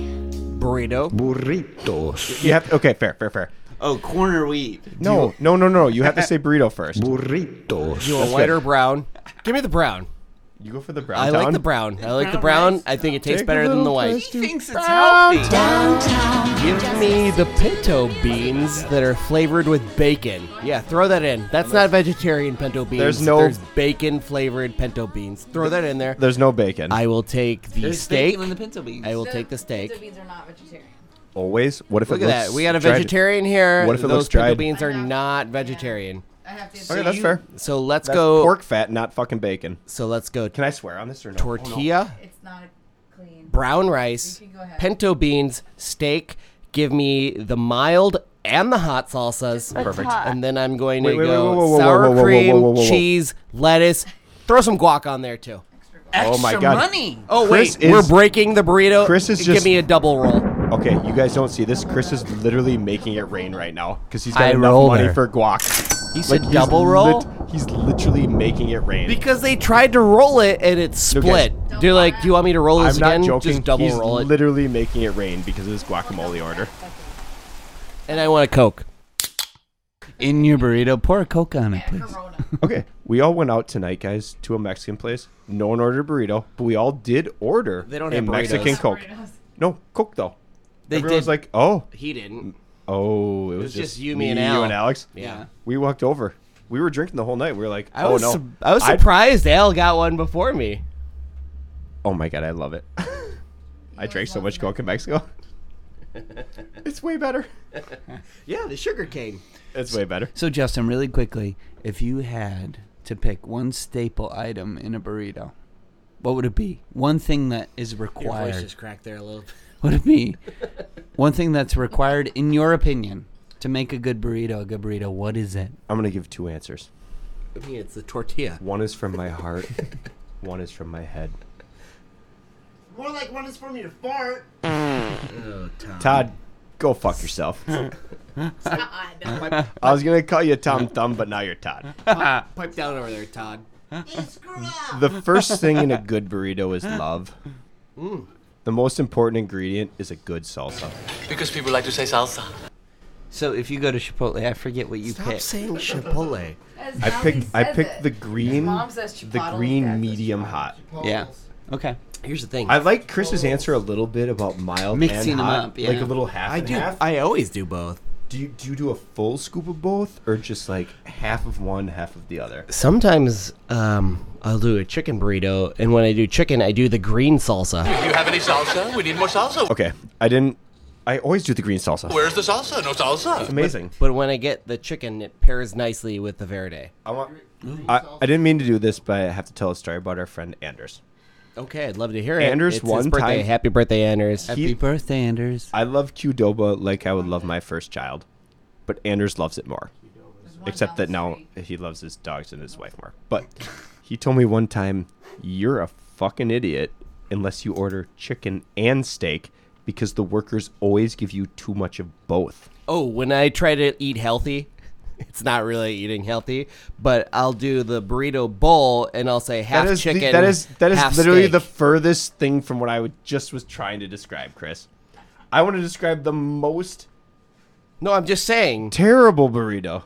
Speaker 17: burrito.
Speaker 7: Burritos. You have, okay, fair, fair, fair.
Speaker 2: Oh, corner wheat.
Speaker 7: No, no, no, no. You have to say burrito first. Burritos.
Speaker 9: You want white or brown? Give me the brown.
Speaker 7: You go for the brown.
Speaker 9: I like
Speaker 7: town?
Speaker 9: the brown. I like the brown. I think it tastes
Speaker 7: Take a
Speaker 9: better than the
Speaker 7: little
Speaker 9: white.
Speaker 7: twist to-
Speaker 9: Give me the pinto beans that are flavored with bacon. Yeah, throw that in. That's not vegetarian pinto beans.
Speaker 7: There's no-
Speaker 9: There's bacon flavored pinto beans. Throw that in there.
Speaker 7: There's no bacon.
Speaker 9: I will take the
Speaker 2: There's
Speaker 9: steak.
Speaker 2: bacon in the pinto beans.
Speaker 9: I will
Speaker 2: The
Speaker 9: take the steak.
Speaker 14: Pinto beans are not vegetarian.
Speaker 7: Always. What if
Speaker 9: Look
Speaker 7: it
Speaker 9: at
Speaker 7: looks
Speaker 9: that. We got a
Speaker 7: dried?
Speaker 9: vegetarian here.
Speaker 7: What if it
Speaker 9: Those
Speaker 7: looks dried?
Speaker 9: pinto beans are not vegetarian.
Speaker 14: I have to.
Speaker 7: Okay, that's fair.
Speaker 9: So let's
Speaker 7: That's
Speaker 9: go.
Speaker 7: pork fat, not fucking bacon.
Speaker 9: So let's go.
Speaker 7: Can I swear on this or no?
Speaker 9: Tortilla,
Speaker 14: It's not a clean.
Speaker 9: brown rice,
Speaker 14: You can go ahead.
Speaker 9: pinto beans, steak. Give me the mild and the hot salsas.
Speaker 14: That's Perfect. hot.
Speaker 9: And then I'm going
Speaker 7: Wait,
Speaker 9: to
Speaker 7: wait,
Speaker 9: go
Speaker 7: whoa, whoa, whoa,
Speaker 9: sour
Speaker 7: whoa, whoa, whoa,
Speaker 9: cream,
Speaker 7: whoa, whoa, whoa, whoa.
Speaker 9: cheese, lettuce. Throw some guac on there too.
Speaker 7: Oh my god.
Speaker 9: Oh
Speaker 7: Chris
Speaker 9: wait, we're
Speaker 7: is-
Speaker 9: breaking the burrito.
Speaker 7: Chris is
Speaker 9: give
Speaker 7: just-
Speaker 9: me a double roll.
Speaker 7: Okay, you guys don't see this. Chris is literally making it rain right now because he's got
Speaker 2: I
Speaker 7: enough
Speaker 2: rolled
Speaker 7: money
Speaker 2: her.
Speaker 7: for guac.
Speaker 9: He said double roll?
Speaker 7: he's literally making it rain.
Speaker 9: Because they tried to roll it and it split. They're like, "Do you want me to roll
Speaker 7: I'm
Speaker 9: this
Speaker 7: not
Speaker 9: again?
Speaker 7: joking.
Speaker 9: Just double
Speaker 7: he's
Speaker 9: roll it."
Speaker 7: literally making it rain because of this guacamole order.
Speaker 9: and I want a Coke.
Speaker 2: In your burrito, pour a Coke on it, please.
Speaker 7: okay, we all went out tonight, guys, to a Mexican place. No one ordered a burrito, but we all did order
Speaker 9: They don't
Speaker 7: a
Speaker 9: have burritos.
Speaker 7: Mexican Coke. No, Coke though.
Speaker 9: They
Speaker 7: Everyone's
Speaker 9: did.
Speaker 7: like, oh,
Speaker 9: He didn't.
Speaker 7: Oh, it was,
Speaker 9: was
Speaker 7: just,
Speaker 9: just you, me, and
Speaker 7: You
Speaker 9: Al.
Speaker 7: and Alex.
Speaker 9: Yeah.
Speaker 7: We walked over. We were drinking the whole night. We were like,
Speaker 9: I
Speaker 7: oh
Speaker 9: was
Speaker 7: no.
Speaker 9: su- I was
Speaker 7: I'd-
Speaker 9: surprised Al got one before me.
Speaker 7: oh my god, I love it. I drank so much Coke in Mexico. it's way better.
Speaker 9: yeah, the sugar cane. It's way better.
Speaker 2: So, Justin, really quickly, if you had to pick one staple item in a burrito, what would it be? One thing that is
Speaker 1: Your
Speaker 2: required.
Speaker 1: voice just cracked there a little.
Speaker 2: Would it be one thing that's required, in your opinion, to make a good burrito? A good burrito. What is it?
Speaker 9: I'm gonna give two answers.
Speaker 1: I mean, it's the tortilla.
Speaker 9: One is from my heart. one is from my head.
Speaker 18: More like one is for me to fart.
Speaker 1: Oh,
Speaker 9: Todd, go fuck yourself. I was gonna call you Tom Thumb, but now you're Todd.
Speaker 1: Pipe pipe down over there, Todd.
Speaker 9: The first thing in a good burrito is love.
Speaker 1: Mm.
Speaker 9: The most important ingredient is a good salsa.
Speaker 2: Because people like to say salsa. So if you go to Chipotle, I forget what you
Speaker 1: Stop
Speaker 2: pick.
Speaker 1: saying Chipotle.
Speaker 9: I picked I picked the green
Speaker 2: mom says
Speaker 9: the
Speaker 2: Chipotle,
Speaker 9: green medium hot.
Speaker 2: Yeah. Okay.
Speaker 1: Here's the thing.
Speaker 9: I like Chris's answer a little bit about mild
Speaker 1: Mixing
Speaker 9: and
Speaker 1: them
Speaker 9: hot,
Speaker 1: up, yeah.
Speaker 9: like a little half.
Speaker 1: I
Speaker 9: and
Speaker 1: do-
Speaker 9: half.
Speaker 1: I always do both.
Speaker 9: Do you do you do a full scoop of both, or just like half of one, half of the other?
Speaker 1: Sometimes um, I'll do a chicken burrito, and when I do chicken, I do the green salsa.
Speaker 5: Do you have any salsa? We need more salsa.
Speaker 9: Okay, I didn't. I always do the green salsa.
Speaker 5: Where's the salsa? No salsa.
Speaker 9: amazing.
Speaker 1: But, but when I get the chicken, it pairs nicely with the verde.
Speaker 9: I want. I, I didn't mean to do this, but I have to tell a story about our friend Anders.
Speaker 1: Okay, I'd love to hear it.
Speaker 9: Anders
Speaker 1: It's his
Speaker 9: one
Speaker 1: birthday.
Speaker 9: time.
Speaker 1: Happy birthday, Anders.
Speaker 9: He-
Speaker 2: birthday, Anders.
Speaker 9: I love Qdoba like I would love my first child, but Anders loves it more. Except that now he loves his dogs and his wife more. But he told me one time, "You're a fucking idiot unless you order chicken and steak because the workers always give you too much of both."
Speaker 1: Oh, when I try to eat healthy, it's not really eating healthy, but I'll do the burrito bowl and I'll say half
Speaker 9: that is the-
Speaker 1: chicken.
Speaker 9: that is that
Speaker 1: half
Speaker 9: is literally
Speaker 1: steak.
Speaker 9: the furthest thing from what I would, just was trying to describe, Chris. I want to describe the most
Speaker 1: No, I'm just saying
Speaker 9: terrible burrito.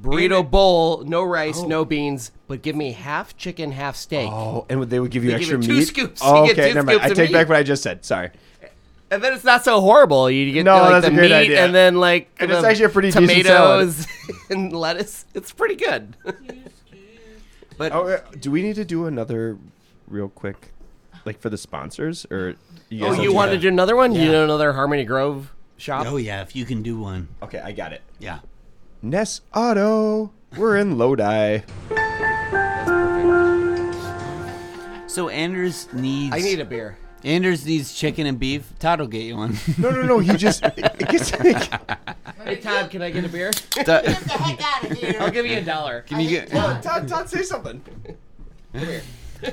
Speaker 1: burrito bowl, no rice, no beans, but give me half chicken, half steak.
Speaker 9: Oh, and they would give you
Speaker 1: They give
Speaker 9: extra
Speaker 1: you two
Speaker 9: meat.
Speaker 1: scoops. You
Speaker 9: Oh,
Speaker 1: get
Speaker 9: okay,
Speaker 1: two
Speaker 9: never mind. I
Speaker 1: scoops of
Speaker 9: take back
Speaker 1: meat.
Speaker 9: what I just said. Sorry.
Speaker 1: And then it's not so horrible. You get
Speaker 9: No,
Speaker 1: like,
Speaker 9: that's
Speaker 1: the
Speaker 9: a great
Speaker 1: meat
Speaker 9: idea.
Speaker 1: and then like
Speaker 9: And
Speaker 1: the
Speaker 9: it's actually a pretty decent
Speaker 1: tomatoes and lettuce. It's pretty good. but
Speaker 9: Oh, uh, do we need to do another real quick, like for the sponsors or?
Speaker 1: oh,
Speaker 9: guys
Speaker 1: you
Speaker 9: don't
Speaker 1: want
Speaker 9: do
Speaker 1: to do another one? You know another Harmony Grove shop?
Speaker 2: Oh yeah, if you can do one.
Speaker 9: that? Okay, I got it.
Speaker 2: Yeah.
Speaker 9: Ness Auto. We're in Lodi.
Speaker 2: So Anders needs.
Speaker 1: I need a beer.
Speaker 2: Anders needs chicken and beef. Todd will get you one.
Speaker 9: No, no, no. He just. It gets,
Speaker 1: Hey Todd, can I get a beer?
Speaker 2: Get
Speaker 1: the
Speaker 2: heck
Speaker 1: out of here. I'll give you a dollar.
Speaker 2: Can you get?
Speaker 9: Todd, Todd, Todd, say something.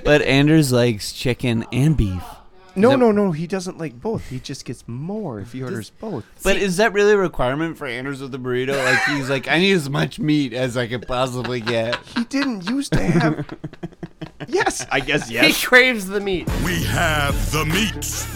Speaker 2: But Anders likes chicken and beef.
Speaker 9: No, no, no. He doesn't like both. He just gets more if he orders both.
Speaker 2: But is that really a requirement for Anders with the burrito? Like he's like, I need as much meat as I could possibly get.
Speaker 9: he didn't used to have. yes, I guess
Speaker 1: He
Speaker 9: yes.
Speaker 1: craves the meat.
Speaker 19: We have the meat.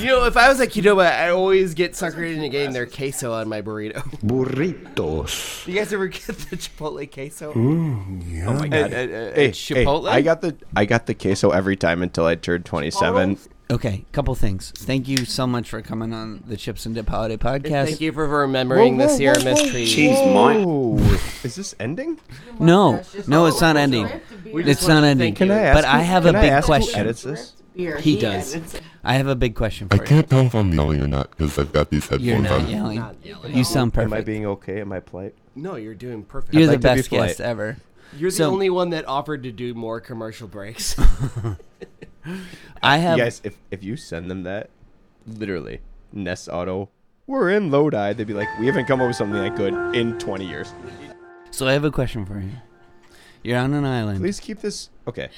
Speaker 1: You know, if I was at Qdoba, I always get suckered into getting their queso on my burrito.
Speaker 19: Burritos.
Speaker 1: you guys ever get the Chipotle queso?
Speaker 9: Oh my god.
Speaker 1: At- at- at
Speaker 9: hey,
Speaker 1: Uh, Chipotle?
Speaker 9: Hey, I got the I got the queso every time until I turned 27.
Speaker 2: Okay, couple things. Thank you so much for coming on the Chips and Dip Holiday Podcast.
Speaker 1: Thank you for remembering the Sierra
Speaker 5: Oh,
Speaker 1: Mystery.
Speaker 9: Whoa. Is this ending?
Speaker 2: No, no, it's not ending. It's not ending.
Speaker 9: Can I
Speaker 2: but
Speaker 9: ask
Speaker 2: I
Speaker 9: who-
Speaker 2: have
Speaker 9: can
Speaker 2: a
Speaker 9: I
Speaker 2: big
Speaker 9: ask who
Speaker 2: question.
Speaker 9: edits this?
Speaker 2: He,
Speaker 14: He
Speaker 2: does.
Speaker 14: edits it.
Speaker 2: I have a big question
Speaker 20: I
Speaker 2: for you.
Speaker 20: can't tell if I'm yelling or not because I've got these headphones
Speaker 2: You're
Speaker 20: on.
Speaker 2: not yelling. You sound perfect.
Speaker 9: Am I being okay? Am I polite?
Speaker 1: No, you're doing perfect.
Speaker 2: You're
Speaker 9: I'd
Speaker 2: the
Speaker 9: like to be
Speaker 2: best
Speaker 9: polite.
Speaker 2: guest ever.
Speaker 1: You're the
Speaker 2: So-
Speaker 1: only one that offered to do more commercial breaks.
Speaker 2: I have.
Speaker 9: You guys, if if you send them that, literally, Ness Auto, we're in Lodi. They'd be like, we haven't come up with something that good in 20 years.
Speaker 2: So I have a question for you. You're on an island.
Speaker 9: Please keep this. Okay.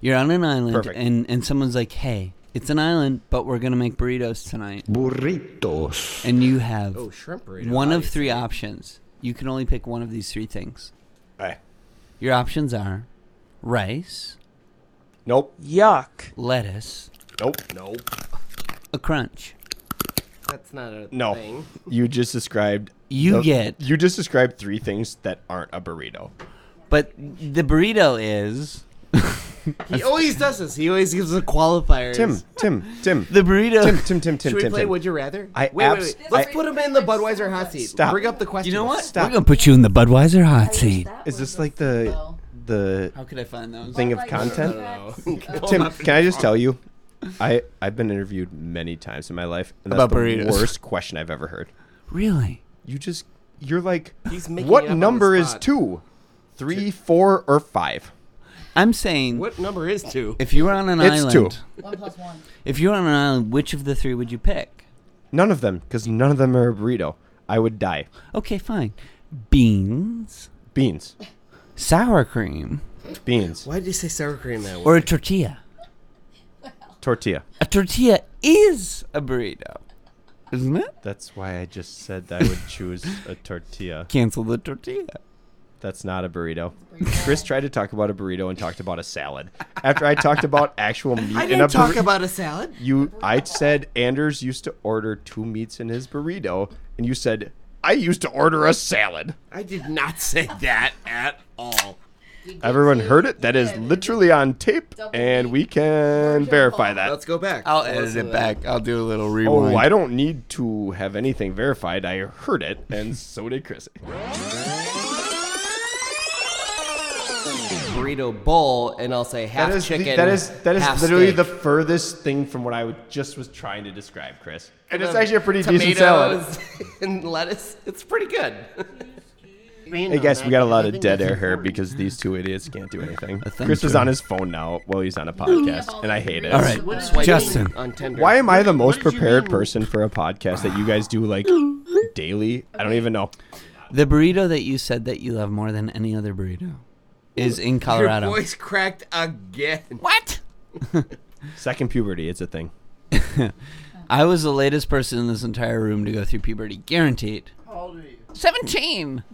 Speaker 2: You're on an island,
Speaker 9: Perfect.
Speaker 2: and and someone's like, "Hey, it's an island, but we're gonna make burritos tonight." Burritos. And you have
Speaker 1: Oh, shrimp burrito,
Speaker 2: one of three options. You can only pick one of these three things.
Speaker 9: Alright.
Speaker 2: Your options are rice.
Speaker 9: Nope.
Speaker 2: Yuck. Lettuce.
Speaker 9: Nope. Nope.
Speaker 2: A crunch.
Speaker 1: That's not a
Speaker 9: No.
Speaker 1: thing.
Speaker 9: You just described.
Speaker 2: You get-
Speaker 9: You just described three things that aren't a burrito.
Speaker 2: But the burrito is.
Speaker 1: He always does this. He always gives the qualifiers.
Speaker 9: Tim, Tim, Tim.
Speaker 2: The burrito.
Speaker 9: Tim, Tim, Tim, Tim,
Speaker 1: Should we
Speaker 9: Tim,
Speaker 1: play
Speaker 9: Tim.
Speaker 1: Would You Rather?
Speaker 9: I
Speaker 1: wait, wait,
Speaker 9: abs-
Speaker 1: wait. Let's
Speaker 9: I-
Speaker 1: put him in the Budweiser hot seat.
Speaker 9: Stop.
Speaker 1: Bring up the question.
Speaker 2: You know what?
Speaker 9: Stop.
Speaker 2: We're gonna put you in the Budweiser hot seat.
Speaker 9: Is this like the the
Speaker 2: How could I find those?
Speaker 9: thing of
Speaker 2: Like,
Speaker 9: content?
Speaker 2: no,
Speaker 1: no, no.
Speaker 9: Tim, can I just tell you? I I've been interviewed many times in my life, and that's
Speaker 2: About
Speaker 9: the
Speaker 2: burritos.
Speaker 9: worst question I've ever heard.
Speaker 2: Really?
Speaker 9: You just
Speaker 5: you're like,
Speaker 9: He's making it
Speaker 5: what
Speaker 9: up on the
Speaker 5: number is
Speaker 9: spot.
Speaker 5: two? Three, four, or five?
Speaker 2: I'm saying.
Speaker 9: What number is two?
Speaker 2: If you were on an
Speaker 5: It's
Speaker 2: island,
Speaker 5: two.
Speaker 14: One plus one.
Speaker 2: If you were on an island, which of the three would you pick?
Speaker 5: None of them, because none of them are a burrito. I would die.
Speaker 2: Okay, fine. Beans.
Speaker 5: Beans.
Speaker 2: Sour cream.
Speaker 5: Beans.
Speaker 9: Why did you say sour cream that way?
Speaker 2: Or a tortilla.
Speaker 5: Tortilla.
Speaker 2: A tortilla is a burrito, isn't it?
Speaker 5: That's why I just said that I would choose a tortilla.
Speaker 2: Cancel the tortilla.
Speaker 5: That's not a burrito. Chris tried to talk about a burrito and talked about a salad. After I talked about actual meat
Speaker 9: I
Speaker 5: in a
Speaker 9: didn't talk
Speaker 5: burri-
Speaker 9: about a salad.
Speaker 5: You, I said Anders used to order two meats in his burrito, and you said I used to order a salad.
Speaker 9: I did not say that at all.
Speaker 5: Everyone heard it. That is literally on tape, and we can verify that.
Speaker 9: Let's go back.
Speaker 21: I'll
Speaker 9: Let's
Speaker 21: edit
Speaker 9: listen
Speaker 21: it
Speaker 9: to that.
Speaker 21: back. I'll do a little rewind.
Speaker 5: Oh, I don't need to have anything verified. I heard it, and so did Chrissy.
Speaker 9: Burrito bowl, and I'll say half
Speaker 5: that is the-
Speaker 9: chicken.
Speaker 5: that is that
Speaker 9: half
Speaker 5: is literally
Speaker 9: steak.
Speaker 5: the furthest thing from what I would- just was trying to describe, Chris. And it's
Speaker 9: Uh,
Speaker 5: actually a pretty decent salad.
Speaker 9: tomatoes and lettuce. It's pretty good.
Speaker 5: I guess we got a lot of dead air here because these two idiots can't do anything. Chris is
Speaker 9: true.
Speaker 5: on his phone now while he's on a podcast, and I hate it.
Speaker 2: All right,
Speaker 9: What is-
Speaker 2: Justin.
Speaker 9: on Tinder.
Speaker 5: Why am I the most prepared person for a podcast that you guys do like daily? I don't even know.
Speaker 2: The burrito that you said that you love more than any other burrito is in Colorado.
Speaker 9: Your voice cracked again.
Speaker 2: What?
Speaker 5: Second puberty, it's a thing.
Speaker 2: I was the latest person in this entire room to go through puberty, guaranteed.
Speaker 10: How old are you?
Speaker 2: 17.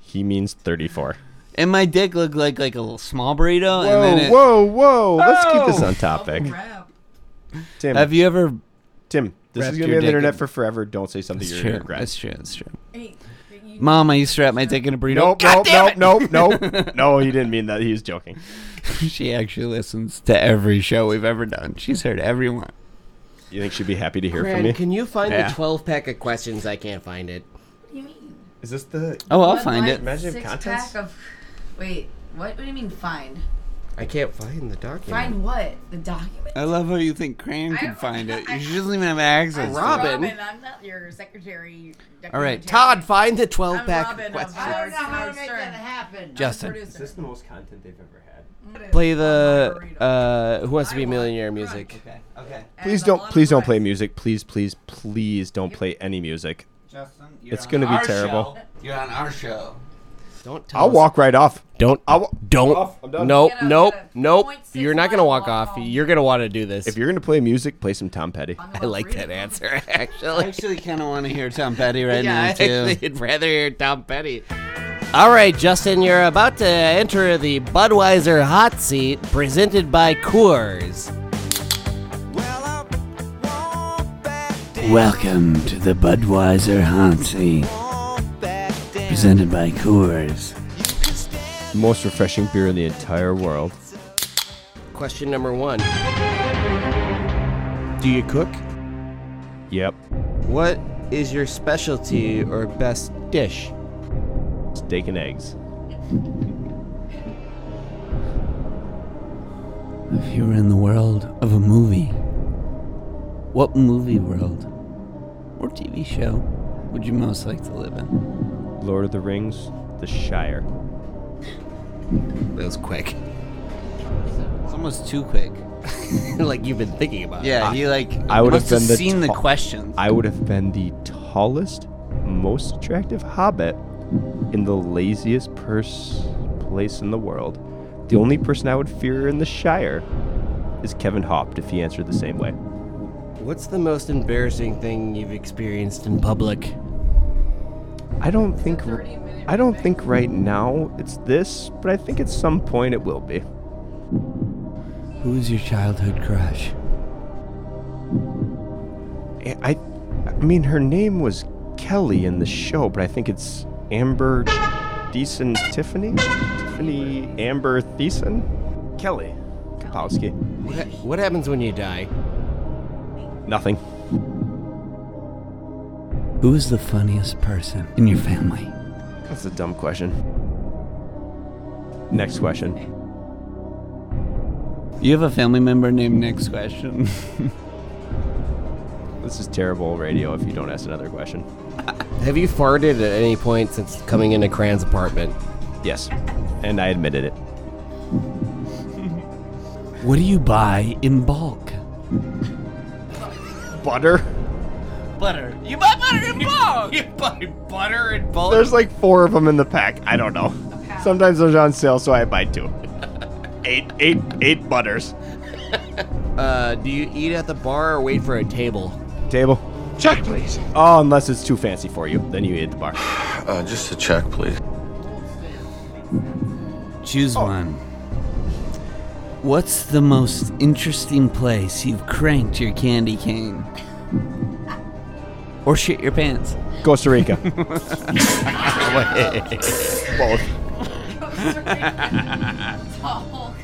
Speaker 5: He means 34.
Speaker 2: And my dick looked like like a little small burrito.
Speaker 5: Whoa,
Speaker 2: and then it,
Speaker 5: whoa, whoa! Let's keep this
Speaker 2: Oh!
Speaker 5: on topic. Tim,
Speaker 2: Have you ever?
Speaker 5: Tim, this
Speaker 2: wrapped
Speaker 5: is gonna
Speaker 2: your dick
Speaker 5: be on the internet
Speaker 2: in-
Speaker 5: for forever. Don't say something
Speaker 2: That's
Speaker 5: you're
Speaker 2: true.
Speaker 5: gonna regret.
Speaker 2: That's true. That's true. Mom, I used to wrap my dick in a burrito.
Speaker 5: Nope,
Speaker 2: God
Speaker 5: nope,
Speaker 2: damn
Speaker 5: nope,
Speaker 2: it!
Speaker 5: nope, nope. No, he didn't mean that. He was joking.
Speaker 2: she actually listens to every show we've ever done. She's heard every one.
Speaker 5: You think she'd be happy to hear
Speaker 9: Fran,
Speaker 5: from me?
Speaker 9: can you find
Speaker 5: Yeah.
Speaker 9: the 12 pack of questions? I can't find it.
Speaker 5: Is this the?
Speaker 2: Oh, I'll
Speaker 14: Bud
Speaker 2: find
Speaker 14: Light
Speaker 2: it.
Speaker 5: Imagine
Speaker 14: six
Speaker 5: contents.
Speaker 14: Pack of, wait, what? What do you mean find?
Speaker 9: I can't find the document.
Speaker 14: Find what? The document?
Speaker 2: I love how you think Cran can find it. She doesn't even have access. to it.
Speaker 9: Robin.
Speaker 14: I'm not your secretary.
Speaker 2: All right,
Speaker 9: Todd, find the 12 pack
Speaker 14: Robin
Speaker 9: of
Speaker 14: of
Speaker 9: questions.
Speaker 14: Howard
Speaker 10: I don't know how to
Speaker 14: Stern.
Speaker 10: make that happen.
Speaker 2: Justin.
Speaker 5: Is this the most content they've ever had?
Speaker 9: Play the uh, Who Wants to Be a Millionaire music. Okay.
Speaker 2: Okay.
Speaker 5: Please don't, please don't play music. Please, please, please don't play any music.
Speaker 2: Justin,
Speaker 5: It's gonna be terrible.
Speaker 2: You're on our show.
Speaker 9: Don't tell
Speaker 5: I'll
Speaker 9: us-
Speaker 5: walk right off.
Speaker 9: Don't.
Speaker 5: I'll,
Speaker 9: Don't.
Speaker 5: Off, I'm done.
Speaker 9: Nope. Nope. Nope. You're not gonna walk off. You're gonna want to do this.
Speaker 5: If you're gonna play music, play some Tom Petty.
Speaker 9: I like that answer
Speaker 2: I
Speaker 9: actually.
Speaker 2: actually kind of want to hear Tom Petty right
Speaker 9: yeah, I
Speaker 2: now too.
Speaker 9: actually would rather hear Tom Petty. All right, Justin, you're about to enter the Budweiser hot seat presented by Coors.
Speaker 2: Welcome to the Budweiser hot seat, presented by Coors.
Speaker 5: Most refreshing beer in the entire world.
Speaker 9: Question number one: Do you cook?
Speaker 5: Yep.
Speaker 9: What is your specialty or best dish?
Speaker 5: Steak and eggs.
Speaker 2: If you were in the world of a movie, what movie world or TV show would you most like to live in?
Speaker 5: Lord of the Rings, The Shire.
Speaker 9: That was quick.
Speaker 2: It's almost too quick.
Speaker 9: like you've been thinking about. it.
Speaker 2: Yeah, he like
Speaker 5: I would
Speaker 2: must
Speaker 5: have been the
Speaker 2: seen the
Speaker 5: ta-
Speaker 2: questions.
Speaker 5: I would have been the tallest, most attractive hobbit in the laziest pers- place in the world. The only person I would fear in the Shire is Kevin Hopt if he answered the same way.
Speaker 9: What's the most embarrassing thing you've experienced in public?
Speaker 5: I don't think I don't think right now it's this, but I think at some point it will be.
Speaker 2: Who was your childhood crush?
Speaker 5: I I, I mean her name was Kelly in the show, but I think it's Amber Deason Tiffany? Tiffany Amber Thiessen? Kelly Kapowski.
Speaker 9: What, ha- what happens when you die?
Speaker 5: Nothing.
Speaker 2: Who is the funniest person in your family?
Speaker 5: That's a dumb question. Next question.
Speaker 2: You have a family member named Next Question.
Speaker 5: This is terrible radio if you don't ask another question.
Speaker 9: Have you farted at any point since coming into Cran's apartment?
Speaker 5: Yes, and I admitted it.
Speaker 2: What do you buy in bulk?
Speaker 5: Butter.
Speaker 2: Butter. You buy butter in bulk. you buy butter in bulk.
Speaker 5: There's like four of them in the pack. I don't know. Sometimes those are on sale, so I buy two. eight, eight, eight butters.
Speaker 9: Uh, do you eat at the bar or wait for a table?
Speaker 5: Table. Check, please. Oh, unless it's too fancy for you, then you eat at the bar. Uh, just a check, please.
Speaker 2: Choose
Speaker 5: Oh.
Speaker 2: one. What's the most interesting place you've cranked your candy cane? Or shit your pants?
Speaker 5: Costa Rica.
Speaker 2: Both.
Speaker 14: It's a whole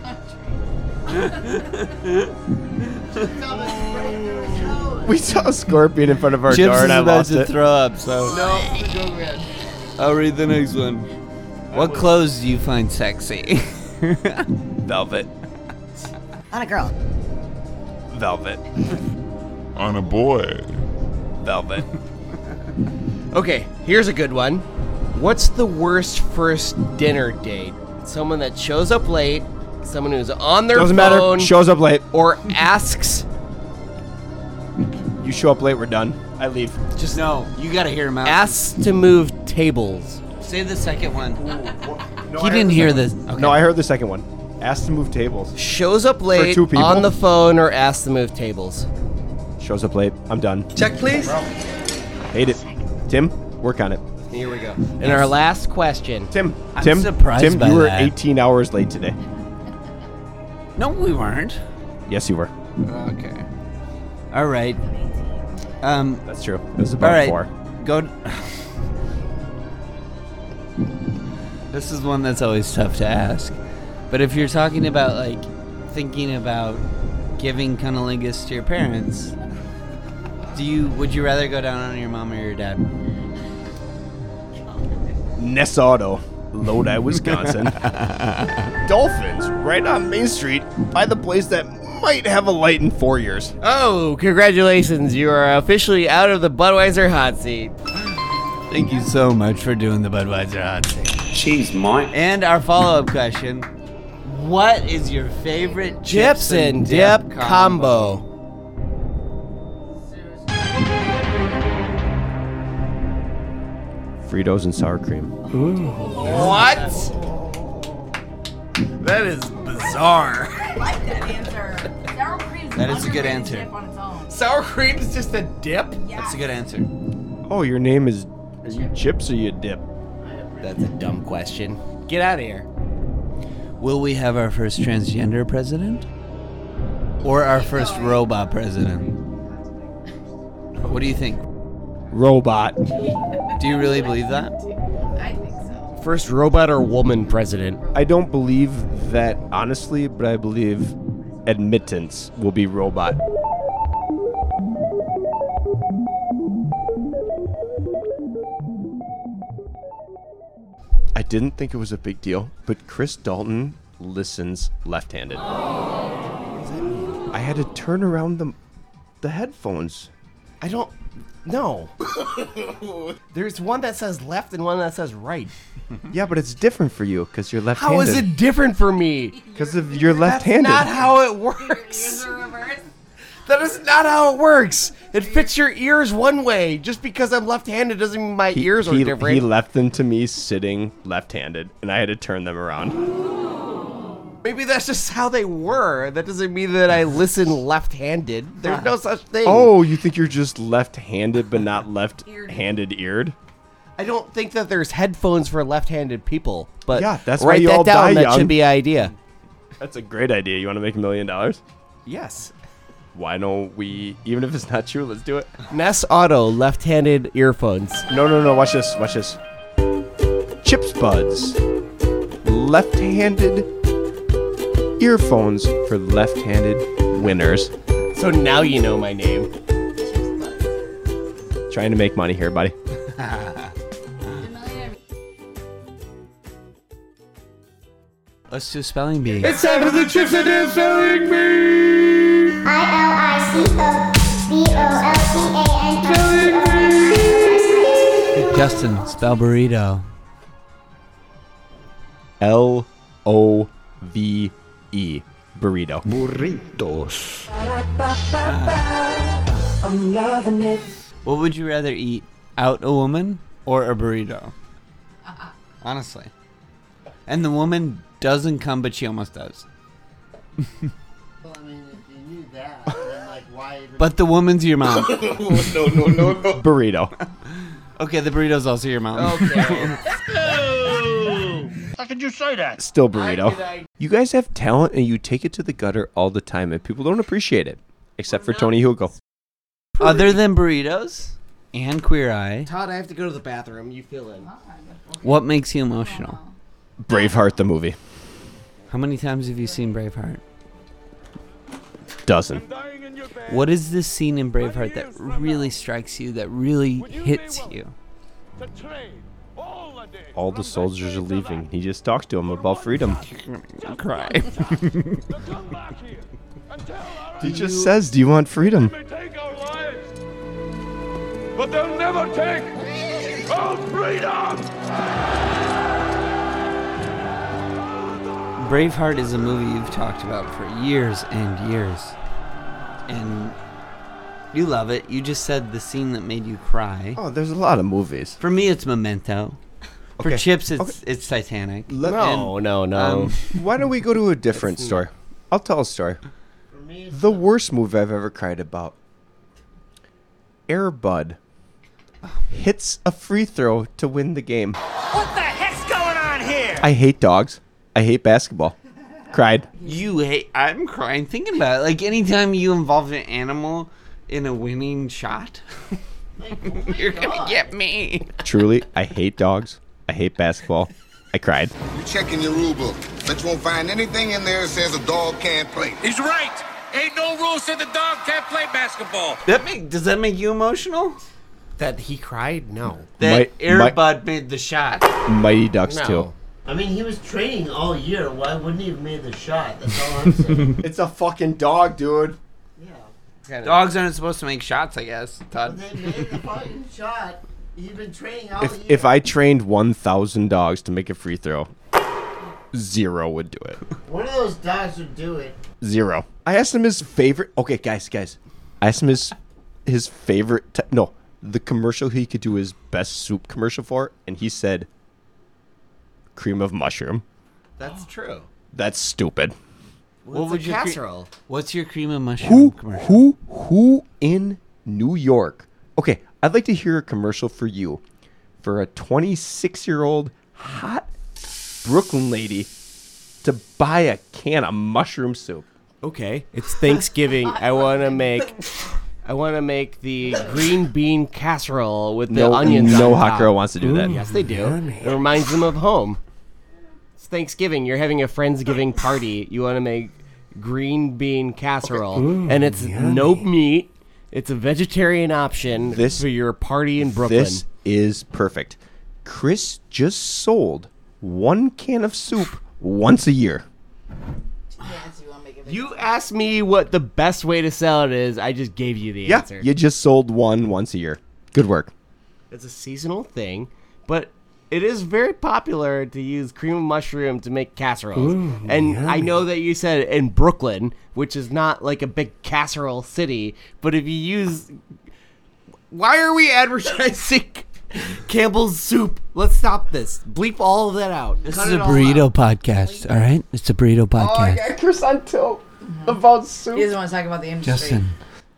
Speaker 14: country.
Speaker 5: We saw a scorpion in front of our
Speaker 2: Chips
Speaker 5: door,
Speaker 2: is
Speaker 5: and I
Speaker 2: about
Speaker 5: lost
Speaker 2: to
Speaker 5: it.
Speaker 2: throw up, so
Speaker 14: No.
Speaker 2: I'll read the next one. What clothes do you find sexy?
Speaker 5: Velvet.
Speaker 22: On a girl.
Speaker 5: Velvet.
Speaker 23: On a boy.
Speaker 5: Velvet.
Speaker 9: Okay, here's a good one. What's the worst first dinner date? Someone that shows up late, someone who's on their
Speaker 5: Doesn't matter.
Speaker 9: phone,
Speaker 5: Shows up late. Oh,
Speaker 9: or asks.
Speaker 5: You show up late, we're done. I leave.
Speaker 2: Just no. You gotta hear him out.
Speaker 9: Asks to move tables.
Speaker 2: Say the second one.
Speaker 5: I
Speaker 2: he didn't
Speaker 5: the
Speaker 2: hear
Speaker 5: second
Speaker 2: this.
Speaker 5: one. No, I heard the second one. Asked to move tables.
Speaker 9: Shows up late
Speaker 5: two people?
Speaker 9: on the phone or asks to move tables.
Speaker 5: Shows up late. I'm done.
Speaker 9: Check, please.
Speaker 5: Hate it. Tim, work on it.
Speaker 9: Here we go. And our last question.
Speaker 5: Tim,
Speaker 9: I'm
Speaker 5: Tim,
Speaker 9: surprised
Speaker 5: Tim,
Speaker 9: by
Speaker 5: you were
Speaker 9: that.
Speaker 5: 18 hours late today.
Speaker 2: No, we weren't.
Speaker 5: Yes, you were.
Speaker 2: Okay. All right. Um,
Speaker 5: That's true. It was about
Speaker 2: all right.
Speaker 5: four.
Speaker 2: Go. this is one that's always tough to ask, but if you're talking about like thinking about giving cunnilingus to your parents, do you would you rather go down on your mom or your dad?
Speaker 5: Ness Auto, Lodi, Wisconsin. Dolphins, right on Main Street, by the place that might have a light in four years.
Speaker 9: Oh, congratulations. You are officially out of the Budweiser hot seat.
Speaker 2: Thank you so much for doing the Budweiser hot take. Jeez, Mike. And our follow-up question: What is your favorite
Speaker 9: Chips and dip combo.
Speaker 5: Fritos and sour cream.
Speaker 9: What? That is bizarre.
Speaker 14: I like that answer. Sour cream's
Speaker 2: That is a good
Speaker 14: underrated
Speaker 2: answer.
Speaker 14: dip on its own.
Speaker 9: Sour cream is just a dip?
Speaker 2: That's a good answer.
Speaker 5: Oh, your name is. Are you chips or you dip?
Speaker 9: That's a dumb question. Get out of here.
Speaker 2: Will we have our first transgender president? Or our first robot president? What do you think?
Speaker 5: Robot.
Speaker 2: Do you really believe that?
Speaker 9: First robot or woman president?
Speaker 5: I don't believe that honestly, but I believe admittance will be robot. I didn't think it was a big deal, but Chris Dalton listens left-handed. I had to turn around the the headphones.
Speaker 9: I don't. No. There's one that says left and one that says right.
Speaker 5: Yeah, but it's different for you because you're left-handed.
Speaker 9: How is it different for me?
Speaker 5: Because of you're left-handed.
Speaker 9: That's not how it works. That is not how it works. It fits your ears one way. Just because I'm left-handed doesn't mean my ears are
Speaker 5: he,
Speaker 9: different.
Speaker 5: he left them to me sitting left-handed, and I had to turn them around.
Speaker 9: Maybe that's just how they were. That doesn't mean that I listen left-handed. There's
Speaker 2: Ah.
Speaker 9: no such thing.
Speaker 5: Oh, you think you're just left-handed but not left-handed eared?
Speaker 9: I don't think that there's headphones for left-handed people. But
Speaker 5: Yeah, that's why
Speaker 9: write
Speaker 5: you
Speaker 9: that
Speaker 5: all
Speaker 9: down.
Speaker 5: die
Speaker 9: that
Speaker 5: young.
Speaker 9: should be an idea.
Speaker 5: That's a great idea. You want to make a million dollars?
Speaker 9: Yes.
Speaker 5: Why don't we? Even if it's not true, let's do it.
Speaker 9: Ness Auto left-handed earphones.
Speaker 5: No, no, no. Watch this. Watch this. Chips Buds, left-handed earphones for left-handed winners.
Speaker 9: So now you know my name.
Speaker 5: Trying to make money here, buddy.
Speaker 2: Let's do spelling bee.
Speaker 24: It's time for the chips and dip spelling
Speaker 10: I L I C O B O L T A N.
Speaker 24: bee.
Speaker 2: Justin, spell burrito.
Speaker 5: L O V E. Burrito.
Speaker 25: Burritos.
Speaker 2: I'm loving it. What would you rather eat? Out a woman or a burrito? Honestly. And the woman doesn't come, but she almost does.
Speaker 26: Well, I mean, if you knew that, then like, why even?
Speaker 2: But the woman's your mom.
Speaker 5: no, no, no, no. Burrito.
Speaker 2: Okay, the burrito's also your mom.
Speaker 5: Okay.
Speaker 26: How could you say that?
Speaker 5: Still burrito. You guys have talent and you take it to the gutter all the time, and people don't appreciate it, except for Tony Hugo.
Speaker 2: Other than burritos and Queer Eye,
Speaker 9: Todd, I have to go to the bathroom. You fill in.
Speaker 2: what makes you emotional?
Speaker 5: Braveheart, the movie.
Speaker 2: How many times have you seen Braveheart?
Speaker 5: Doesn't.
Speaker 2: What is this scene in Braveheart that really strikes you, that really hits you?
Speaker 5: All the soldiers are leaving. He just talks to him about freedom.
Speaker 2: Cry.
Speaker 5: he just says, Do you want freedom?
Speaker 27: But they'll never take our freedom!
Speaker 2: Braveheart is a movie you've talked about for years and years. And you love it. You just said the scene that made you cry.
Speaker 5: Oh, there's a lot of movies.
Speaker 2: For me, it's Memento. For
Speaker 5: Okay.
Speaker 2: Chips, it's it's Titanic.
Speaker 5: no,
Speaker 2: And,
Speaker 5: no, no.
Speaker 2: um,
Speaker 5: Why don't we go to a different story? I'll tell a story. The worst movie I've ever cried about. Airbud hits a free throw to win the game.
Speaker 27: What the heck's going on here?
Speaker 5: I hate dogs. I hate basketball. Cried.
Speaker 2: you hate. I'm crying thinking about it. Like anytime you involve an animal in a winning shot, you're gonna get me.
Speaker 5: Truly, I hate dogs. I hate basketball. I cried.
Speaker 7: You check in your rule book, but you won't find anything in there that says a dog can't play.
Speaker 27: He's right. Ain't no rule said the dog can't play basketball.
Speaker 2: That make does that make you emotional?
Speaker 9: That he cried? No.
Speaker 2: That
Speaker 5: Mi- mi-
Speaker 2: Airbud made the shot.
Speaker 5: Mighty Ducks too.
Speaker 26: I mean, he was training all year. Why wouldn't he have made the shot? That's all I'm saying.
Speaker 5: it's a fucking dog, dude.
Speaker 2: Dogs aren't supposed to make shots, I guess. Todd.
Speaker 26: They made the fucking shot. You've been training all
Speaker 5: If
Speaker 26: year.
Speaker 5: if I trained one thousand dogs to make a free throw, zero would do it.
Speaker 26: One of those dogs would do it.
Speaker 5: Zero. I asked him his favorite. Okay, guys, guys. I asked him his his favorite. T- no, the commercial he could do his best soup commercial for, and he said, "Cream of mushroom."
Speaker 9: That's true.
Speaker 5: That's stupid.
Speaker 9: Well, it's a
Speaker 2: your cre-
Speaker 9: casserole.
Speaker 2: what's your cream of mushroom
Speaker 5: Who
Speaker 2: commercial?
Speaker 5: who who in New York? Okay, I'd like to hear a commercial for you, for a 26 year old hot Brooklyn lady to buy a can of mushroom soup.
Speaker 9: Okay, it's Thanksgiving. I want to make. I want to make the green bean casserole with the
Speaker 5: No-
Speaker 9: onions.
Speaker 5: no
Speaker 9: on
Speaker 5: hot
Speaker 9: top.
Speaker 5: girl wants to do that.
Speaker 9: Yes, they do. It reminds them of home. It's Thanksgiving. You're having a friendsgiving party. You want to make green bean casserole, and it's no meat. It's a vegetarian option
Speaker 5: This-
Speaker 9: for your party in Brooklyn.
Speaker 5: This is perfect. Chris just sold one can of soup once a year.
Speaker 9: You asked me what the best way to sell it is. I just gave you the
Speaker 5: Yeah,
Speaker 9: answer.
Speaker 5: you just sold one once a year. Good work.
Speaker 9: It's a seasonal thing, but it is very popular to use cream of mushroom to make casseroles.
Speaker 28: Ooh,
Speaker 9: and I
Speaker 28: yummy.
Speaker 9: know that you said in Brooklyn, which is not like a big casserole city, but if you use why are we advertising Campbell's soup? Let's stop this. Bleep all of that out.
Speaker 2: This is a burrito podcast, all right? It's a burrito podcast.
Speaker 9: got Chris on tilt about soup.
Speaker 14: He doesn't want to talk about the industry.
Speaker 2: Justin,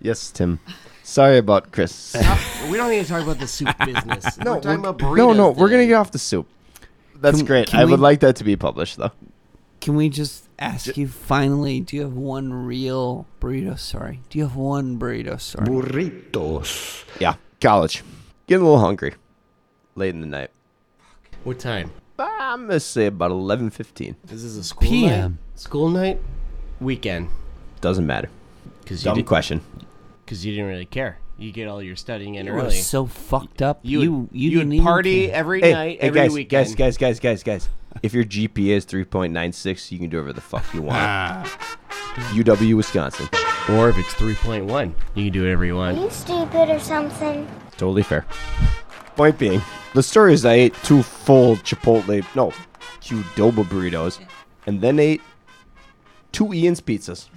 Speaker 5: Yes, Tim. Sorry about Chris.
Speaker 9: we don't need to talk about the soup business.
Speaker 5: No,
Speaker 9: we're talking about burritos.
Speaker 5: no, no, we're gonna get off the soup. That's
Speaker 2: Can-
Speaker 5: great.
Speaker 2: can
Speaker 5: I would
Speaker 2: we-
Speaker 5: like that to be published, though.
Speaker 2: can we just ask you finally, do you have one real burrito story? Do you have one burrito story?
Speaker 5: Burritos. Yeah, college. Getting a little hungry. Late in the night. Ah,
Speaker 9: What time?
Speaker 5: I'm gonna say about eleven fifteen.
Speaker 9: This is a school
Speaker 2: PM.
Speaker 9: night. School night, weekend.
Speaker 5: Doesn't matter.
Speaker 9: 'Cause you
Speaker 5: Dumb
Speaker 9: did-
Speaker 5: question.
Speaker 9: Because you didn't really care. You get all your studying in
Speaker 2: You
Speaker 9: early.
Speaker 2: were so fucked up. You
Speaker 9: would-
Speaker 2: you,
Speaker 9: you would
Speaker 2: didn't even
Speaker 9: party
Speaker 2: care.
Speaker 9: every
Speaker 5: Hey,
Speaker 9: night,
Speaker 5: hey,
Speaker 9: every
Speaker 5: guys,
Speaker 9: weekend.
Speaker 5: guys, guys, guys, guys, guys. If your GPA is three point nine six, you can do whatever the fuck you want.
Speaker 9: Ah.
Speaker 5: UW Wisconsin.
Speaker 9: Or if it's three point one, you can do whatever you want.
Speaker 29: stupid or something?
Speaker 5: Totally fair. Point being, the story is I ate two full Chipotle, no, Qdoba burritos, and then ate two Ian's pizzas.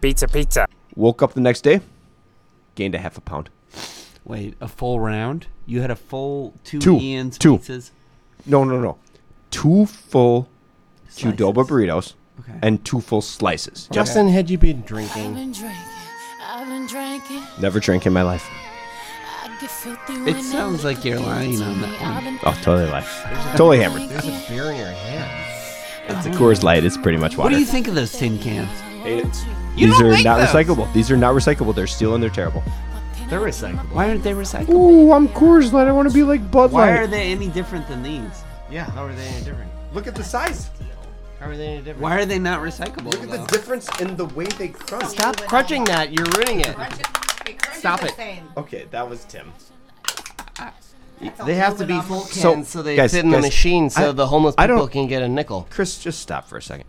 Speaker 2: Pizza, pizza.
Speaker 5: Woke up the next day, gained a half a pound.
Speaker 2: Wait, a full round? You had a full two,
Speaker 5: Two,
Speaker 2: Ian's
Speaker 5: two.
Speaker 2: pizzas?
Speaker 5: No, no, no. Two full Qdoba burritos
Speaker 2: Okay.
Speaker 5: and two full slices.
Speaker 9: Justin, had you been drinking?
Speaker 30: been drinking, I've been drinking.
Speaker 5: Never drank in my life.
Speaker 30: I get filthy when
Speaker 2: It sounds like you're lying on that one.
Speaker 5: Oh, totally life. Totally hammered.
Speaker 9: There's a beer in your hand.
Speaker 5: It's a Coors Light. It's pretty much water.
Speaker 2: What do you think of those tin cans? You
Speaker 5: These
Speaker 2: don't
Speaker 5: are
Speaker 2: make
Speaker 5: not
Speaker 2: those.
Speaker 5: recyclable. These are not recyclable. They're steel and they're terrible.
Speaker 2: They're recyclable. Why aren't they recyclable?
Speaker 5: Ooh, I'm Coors Light. I want to be like Bud
Speaker 2: Why are they any different than these?
Speaker 9: Yeah, how are they any different?
Speaker 5: Look at the size.
Speaker 9: How are they any different?
Speaker 2: Why are they not recyclable?
Speaker 5: Look at the difference in the way they crunch.
Speaker 9: Stop crunching that. You're ruining it. Stop it.
Speaker 5: Okay, that was Tim.
Speaker 9: They have to be full cans
Speaker 5: So-
Speaker 9: so, they
Speaker 5: guys,
Speaker 9: fit in the
Speaker 5: guys,
Speaker 9: machine so
Speaker 5: I-
Speaker 9: the homeless
Speaker 5: I
Speaker 9: people
Speaker 5: don't-
Speaker 9: can get a nickel.
Speaker 5: Chris, just stop for a second.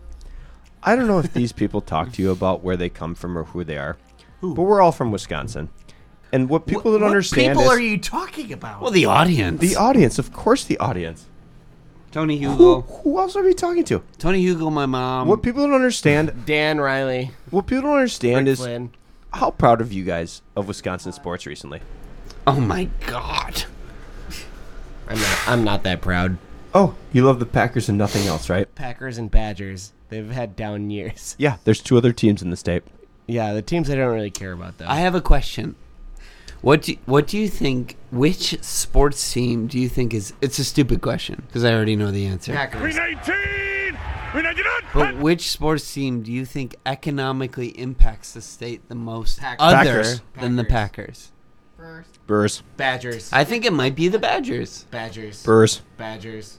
Speaker 5: I don't know if these people talk to you about where they come from or who they are, but we're all from Wisconsin. And what people don't understand
Speaker 30: people
Speaker 5: is
Speaker 30: are you talking about?
Speaker 2: Well, the audience.
Speaker 5: The audience, of course, the audience.
Speaker 2: Tony
Speaker 5: Who,
Speaker 2: Hugo.
Speaker 5: who else are we talking to?
Speaker 2: Tony Hugo, my mom.
Speaker 5: What people don't understand,
Speaker 9: Dan Riley.
Speaker 5: what people don't understand
Speaker 9: Rick
Speaker 5: is
Speaker 9: Flynn.
Speaker 5: how proud of you guys of Wisconsin sports recently.
Speaker 2: Oh my God.
Speaker 9: I'm not, I'm not that proud.
Speaker 5: Oh, you love the Packers and nothing else, right?
Speaker 9: Packers and Badgers, they've had down years.
Speaker 5: Yeah, there's two other teams in the state.
Speaker 9: Yeah, the teams I don't really care about, though.
Speaker 2: I have a question. What do, what do you think? Which sports team do you think is? It's a stupid question because I already know the answer.
Speaker 9: Packers.
Speaker 2: But which sports team do you think economically impacts the state the most,
Speaker 9: Packers.
Speaker 2: other
Speaker 5: Packers.
Speaker 2: than the Packers?
Speaker 5: Brewers.
Speaker 9: Badgers.
Speaker 2: I think it might be the Badgers.
Speaker 9: Badgers.
Speaker 5: Brewers.
Speaker 9: Badgers.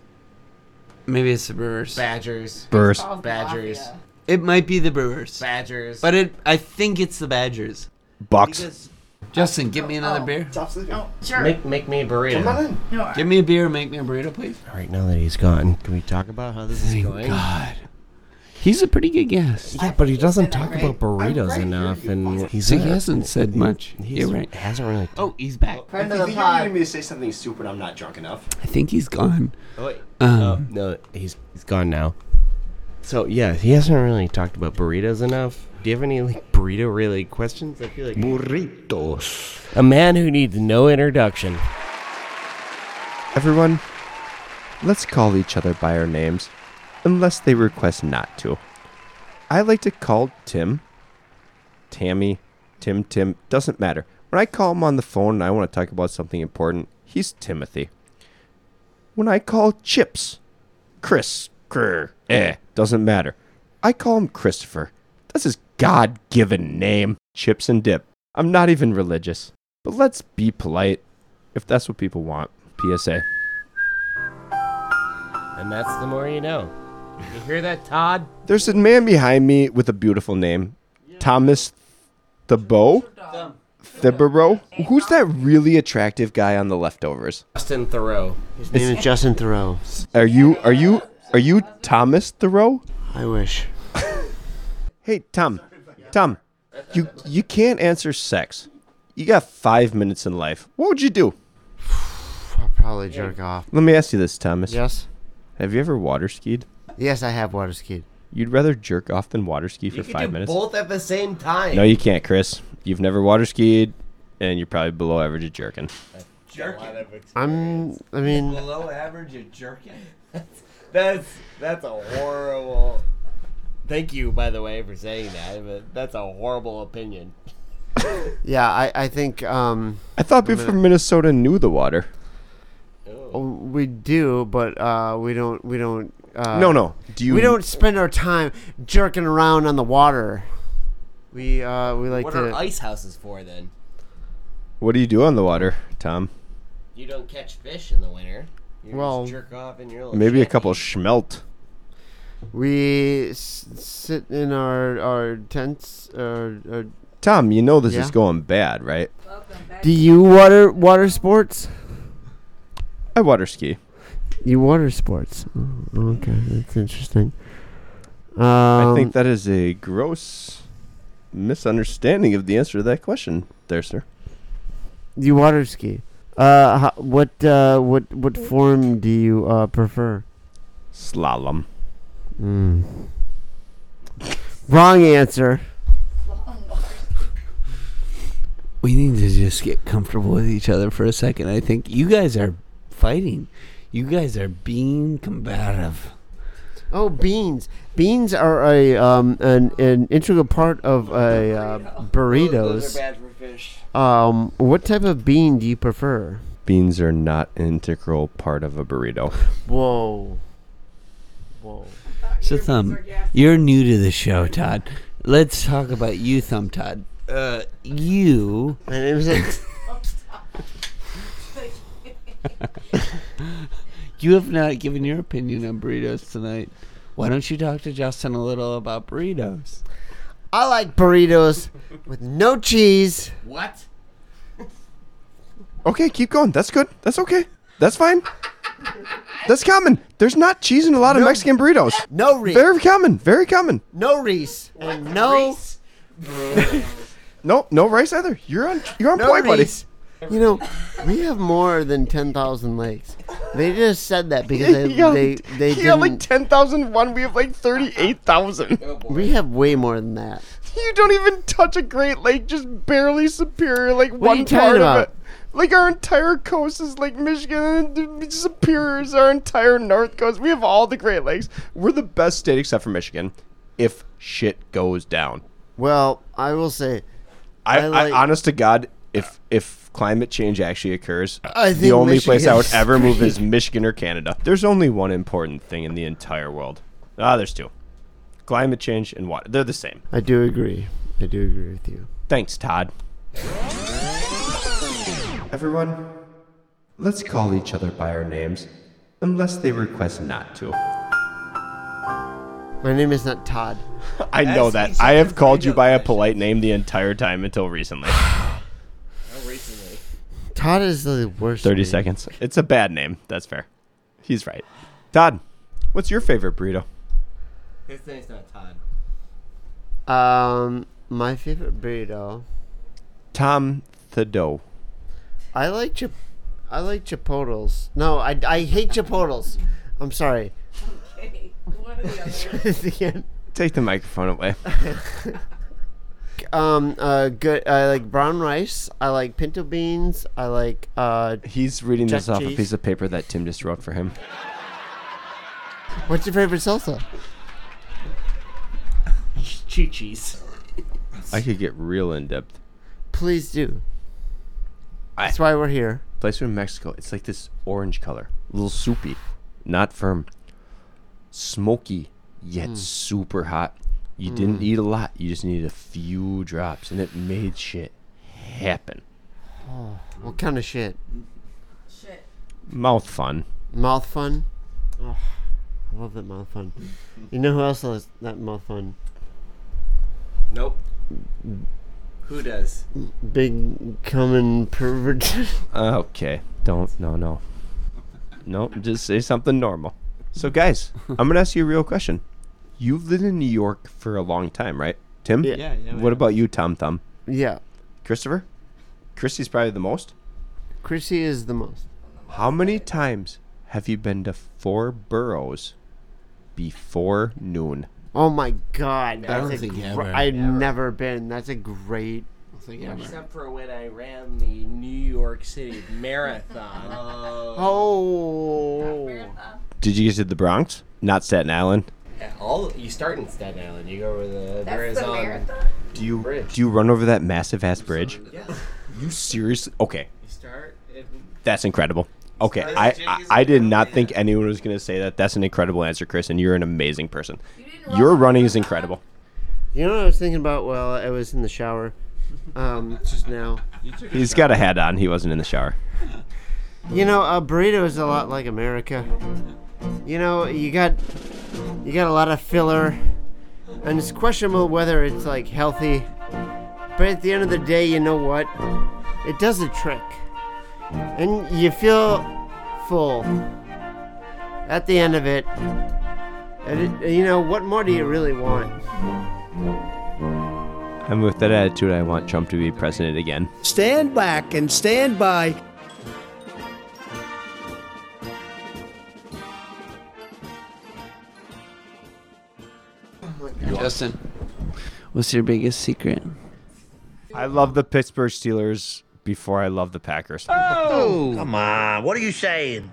Speaker 2: Maybe it's the Brewers.
Speaker 9: Badgers.
Speaker 5: Brewers.
Speaker 9: Badgers.
Speaker 2: It might be the Brewers.
Speaker 9: Badgers.
Speaker 2: But it, I think it's the Badgers.
Speaker 5: Bucks.
Speaker 2: Because- Justin, give me another beer.
Speaker 14: Sure.
Speaker 9: Make, make me a burrito.
Speaker 14: No,
Speaker 2: Give me a beer. Make me a burrito, please.
Speaker 9: All right, now that he's gone, can we talk about how this is going?
Speaker 2: God. He's a pretty good guest.
Speaker 9: Yeah, but he doesn't talk about burritos enough, and he's
Speaker 2: He
Speaker 9: not-
Speaker 2: hasn't said much.
Speaker 9: He
Speaker 2: You're right.
Speaker 9: hasn't really.
Speaker 2: Oh, he's back.
Speaker 14: Friend of the pod.
Speaker 5: me to say something stupid, I'm not drunk enough.
Speaker 2: I think he's gone.
Speaker 9: Oh, wait.
Speaker 2: Um,
Speaker 9: Oh, no, he's he's gone now. So yeah, he hasn't really talked about burritos enough. Do you have any like burrito related questions? I feel like
Speaker 31: Burritos.
Speaker 9: a man who needs no introduction.
Speaker 5: Everyone, let's call each other by our names, unless they request not to. I like to call Tim, Tammy, Tim, Tim, doesn't matter. When I call him on the phone and I want to talk about something important, he's Timothy. When I call Chips, Chris, Grr, eh, doesn't matter. I call him Christopher. That's his God given name. Chips and dip. I'm not even religious. But let's be polite if that's what people want. PSA.
Speaker 9: And that's the more you know. You hear that, Todd?
Speaker 5: There's a man behind me with a beautiful name, Thomas Thibault. Thibault. Who's that really attractive guy on the leftovers?
Speaker 9: Justin Thoreau.
Speaker 32: His name is Justin Thoreau.
Speaker 5: Are you are you are you Thomas Thoreau?
Speaker 32: I wish.
Speaker 5: Hey Tom, Tom, you you can't answer sex. You got five minutes in life. What would you do?
Speaker 32: I'll probably jerk off.
Speaker 5: Let me ask you this, Thomas.
Speaker 32: Yes.
Speaker 5: Have you ever water skied?
Speaker 32: Yes, I have water skied.
Speaker 5: You'd rather jerk off than water ski for
Speaker 9: You
Speaker 5: five
Speaker 9: can do
Speaker 5: minutes?
Speaker 9: both at the same time.
Speaker 5: No, you can't, Chris. You've never water skied, and you're probably below average at jerking.
Speaker 32: I'm. I mean,
Speaker 2: Below average at jerking.
Speaker 9: That's that's a horrible. Thank you, by the way, for saying that. But that's a horrible opinion.
Speaker 32: yeah. I. I think. Um.
Speaker 5: I thought people from Minnesota knew the water.
Speaker 32: We do, but uh, we don't. We don't. Uh,
Speaker 5: no, no. Do you?
Speaker 32: we don't spend our time jerking around on the water. We uh, we like
Speaker 9: what
Speaker 32: to.
Speaker 9: are ice houses for then?
Speaker 5: What do you do on the water, Tom?
Speaker 9: You don't catch fish in the winter. You
Speaker 32: Well,
Speaker 9: just jerk off in your little
Speaker 5: Maybe a
Speaker 9: shack.
Speaker 5: couple schmelt.
Speaker 32: We s- sit in our our tents. Our, our
Speaker 5: Tom, you know this is
Speaker 32: Yeah.
Speaker 5: going bad, right?
Speaker 32: Do you water water sports?
Speaker 5: I water ski.
Speaker 32: You water sports. Oh, Okay, that's interesting. Um,
Speaker 5: I think that is a gross misunderstanding of the answer to that question, there, sir.
Speaker 32: you water ski.
Speaker 9: Uh, ho- what uh, what what form do you uh, prefer?
Speaker 5: Slalom.
Speaker 9: Mm. Wrong answer.
Speaker 2: We need to just get comfortable with each other for a second. I think you guys are fighting. You guys are being combative.
Speaker 9: Oh, beans. Beans are a um, an, an integral part of a uh, burritos.
Speaker 2: Those are bad for fish.
Speaker 9: Um, what type of bean do you prefer?
Speaker 5: Beans are not an integral part of a burrito.
Speaker 9: Whoa. Whoa.
Speaker 2: So, Thumb, um, you're new to the show, Todd. Let's talk about you, Thumb Todd. Uh, you.
Speaker 9: My name's it.
Speaker 2: you have not given your opinion on burritos tonight. Why don't you talk to Justin a little about burritos?
Speaker 9: I like burritos with no cheese.
Speaker 2: What?
Speaker 5: Okay, keep going. That's good. That's okay. That's fine. That's common. There's not cheese in a lot of Mexican burritos.
Speaker 9: No Reese.
Speaker 5: Very common. Very common.
Speaker 9: No Reese. And no.
Speaker 5: No, no rice either. You're on. You're on
Speaker 9: No
Speaker 5: point, buddy.
Speaker 9: Reese. You know, we have more than ten thousand lakes. They just said that because they
Speaker 5: Yeah,
Speaker 9: they they
Speaker 5: he had like
Speaker 9: didn't.
Speaker 5: ten thousand one. We have like thirty-eight thousand.
Speaker 9: We have way more than that.
Speaker 5: You don't even touch a Great Lake, just barely superior, like
Speaker 9: are
Speaker 5: one
Speaker 9: you
Speaker 5: part
Speaker 9: talking
Speaker 5: of
Speaker 9: about?
Speaker 5: it. Like our entire coast is Lake Michigan, and it superiors our entire north coast. We have all the Great Lakes. We're the best state except for Michigan, if shit goes down.
Speaker 9: Well, I will say,
Speaker 5: I,
Speaker 9: I
Speaker 5: I,
Speaker 9: like-
Speaker 5: honest to God, if if climate change actually occurs,
Speaker 9: I
Speaker 5: the
Speaker 9: think
Speaker 5: only place I would
Speaker 9: Michigan's
Speaker 5: ever move is Michigan or Canada. There's only one important thing in the entire world. Ah, there's two: climate change and water. They're the same.
Speaker 9: I do agree. I do agree with you.
Speaker 5: Thanks, Todd. Everyone, let's call each other by our names, unless they request not to.
Speaker 9: My name is not Todd.
Speaker 5: I know that. I have called you by a polite name the entire time until recently.
Speaker 9: Todd is the worst.
Speaker 5: 30
Speaker 9: name.
Speaker 5: seconds. It's a bad name. That's fair. He's right. Todd, what's your favorite burrito?
Speaker 33: His name's not Todd.
Speaker 9: Um, my favorite burrito.
Speaker 5: Tom Thibodeau.
Speaker 9: I like chip. I like chipotles. No, I, I hate chipotles. I'm sorry.
Speaker 14: Okay. One of the other.
Speaker 9: Again.
Speaker 5: Take the microphone away.
Speaker 9: um. Uh. Good. I like brown rice. I like pinto beans. I like. Uh.
Speaker 5: He's reading
Speaker 9: Jack
Speaker 5: this off a
Speaker 9: cheese.
Speaker 5: piece of paper that Tim just wrote for him.
Speaker 9: What's your favorite salsa?
Speaker 34: Chi-chis.
Speaker 5: I could get real in depth.
Speaker 9: Please do.
Speaker 5: I-
Speaker 9: That's why we're here.
Speaker 5: Place in Mexico. It's like this orange color, a little soupy, not firm, smoky
Speaker 9: Hmm.
Speaker 5: yet super hot. You didn't need a lot. You just needed a few drops, and it made shit happen.
Speaker 9: What kind of shit?
Speaker 14: Shit.
Speaker 5: Mouth fun.
Speaker 9: Mouth fun. Oh, I love that mouth fun. You know who else loves that mouth fun?
Speaker 33: Nope. Who does?
Speaker 9: Big coming pervert.
Speaker 5: Okay. Don't. No. No. No. Just say something normal. So, guys, I'm gonna ask you a real question. You've lived in New York for a long time, right, Tim?
Speaker 9: Yeah. Yeah, yeah, we
Speaker 5: What about you, Tom? Thumb.
Speaker 9: yeah.
Speaker 5: Christopher. Christy's probably the most.
Speaker 9: Chrissy is the most.
Speaker 5: How many times have you been to four boroughs before noon?
Speaker 9: Oh my god. That's
Speaker 33: I don't
Speaker 9: a
Speaker 33: think
Speaker 9: gr-
Speaker 33: ever.
Speaker 9: I've
Speaker 33: Ever.
Speaker 9: never been. That's a great.
Speaker 33: Except for when I ran the New York City Marathon.
Speaker 9: Oh.
Speaker 5: Did you get to the Bronx? Not Staten Island.
Speaker 33: Yeah, all you start in Staten Island. You go over the there is
Speaker 14: the
Speaker 33: on.
Speaker 14: marathon?
Speaker 5: Do you
Speaker 33: Bridge.
Speaker 5: do you run over that massive ass bridge?
Speaker 33: Yeah.
Speaker 5: You seriously? Okay,
Speaker 33: You start. It,
Speaker 5: that's incredible. Okay, I, I I did not think anyone was gonna say that. That's an incredible answer, Chris, and you're an amazing person. Your running is incredible.
Speaker 9: You know what I was thinking about while I was in the shower, um, just now.
Speaker 5: He's got a hat on. He wasn't in the shower.
Speaker 9: You know, a burrito is a lot like America. You know, you got you got a lot of filler, and it's questionable whether it's like healthy. But at the end of the day, you know what? It does a trick, and you feel full at the end of it. And it, you know, what more do you really want?
Speaker 5: And with that attitude, I want Trump to be president again.
Speaker 1: Stand back and stand by.
Speaker 35: Justin, what's your biggest secret?
Speaker 5: I love the Pittsburgh Steelers before I love the Packers.
Speaker 9: Oh, come on. What are you saying?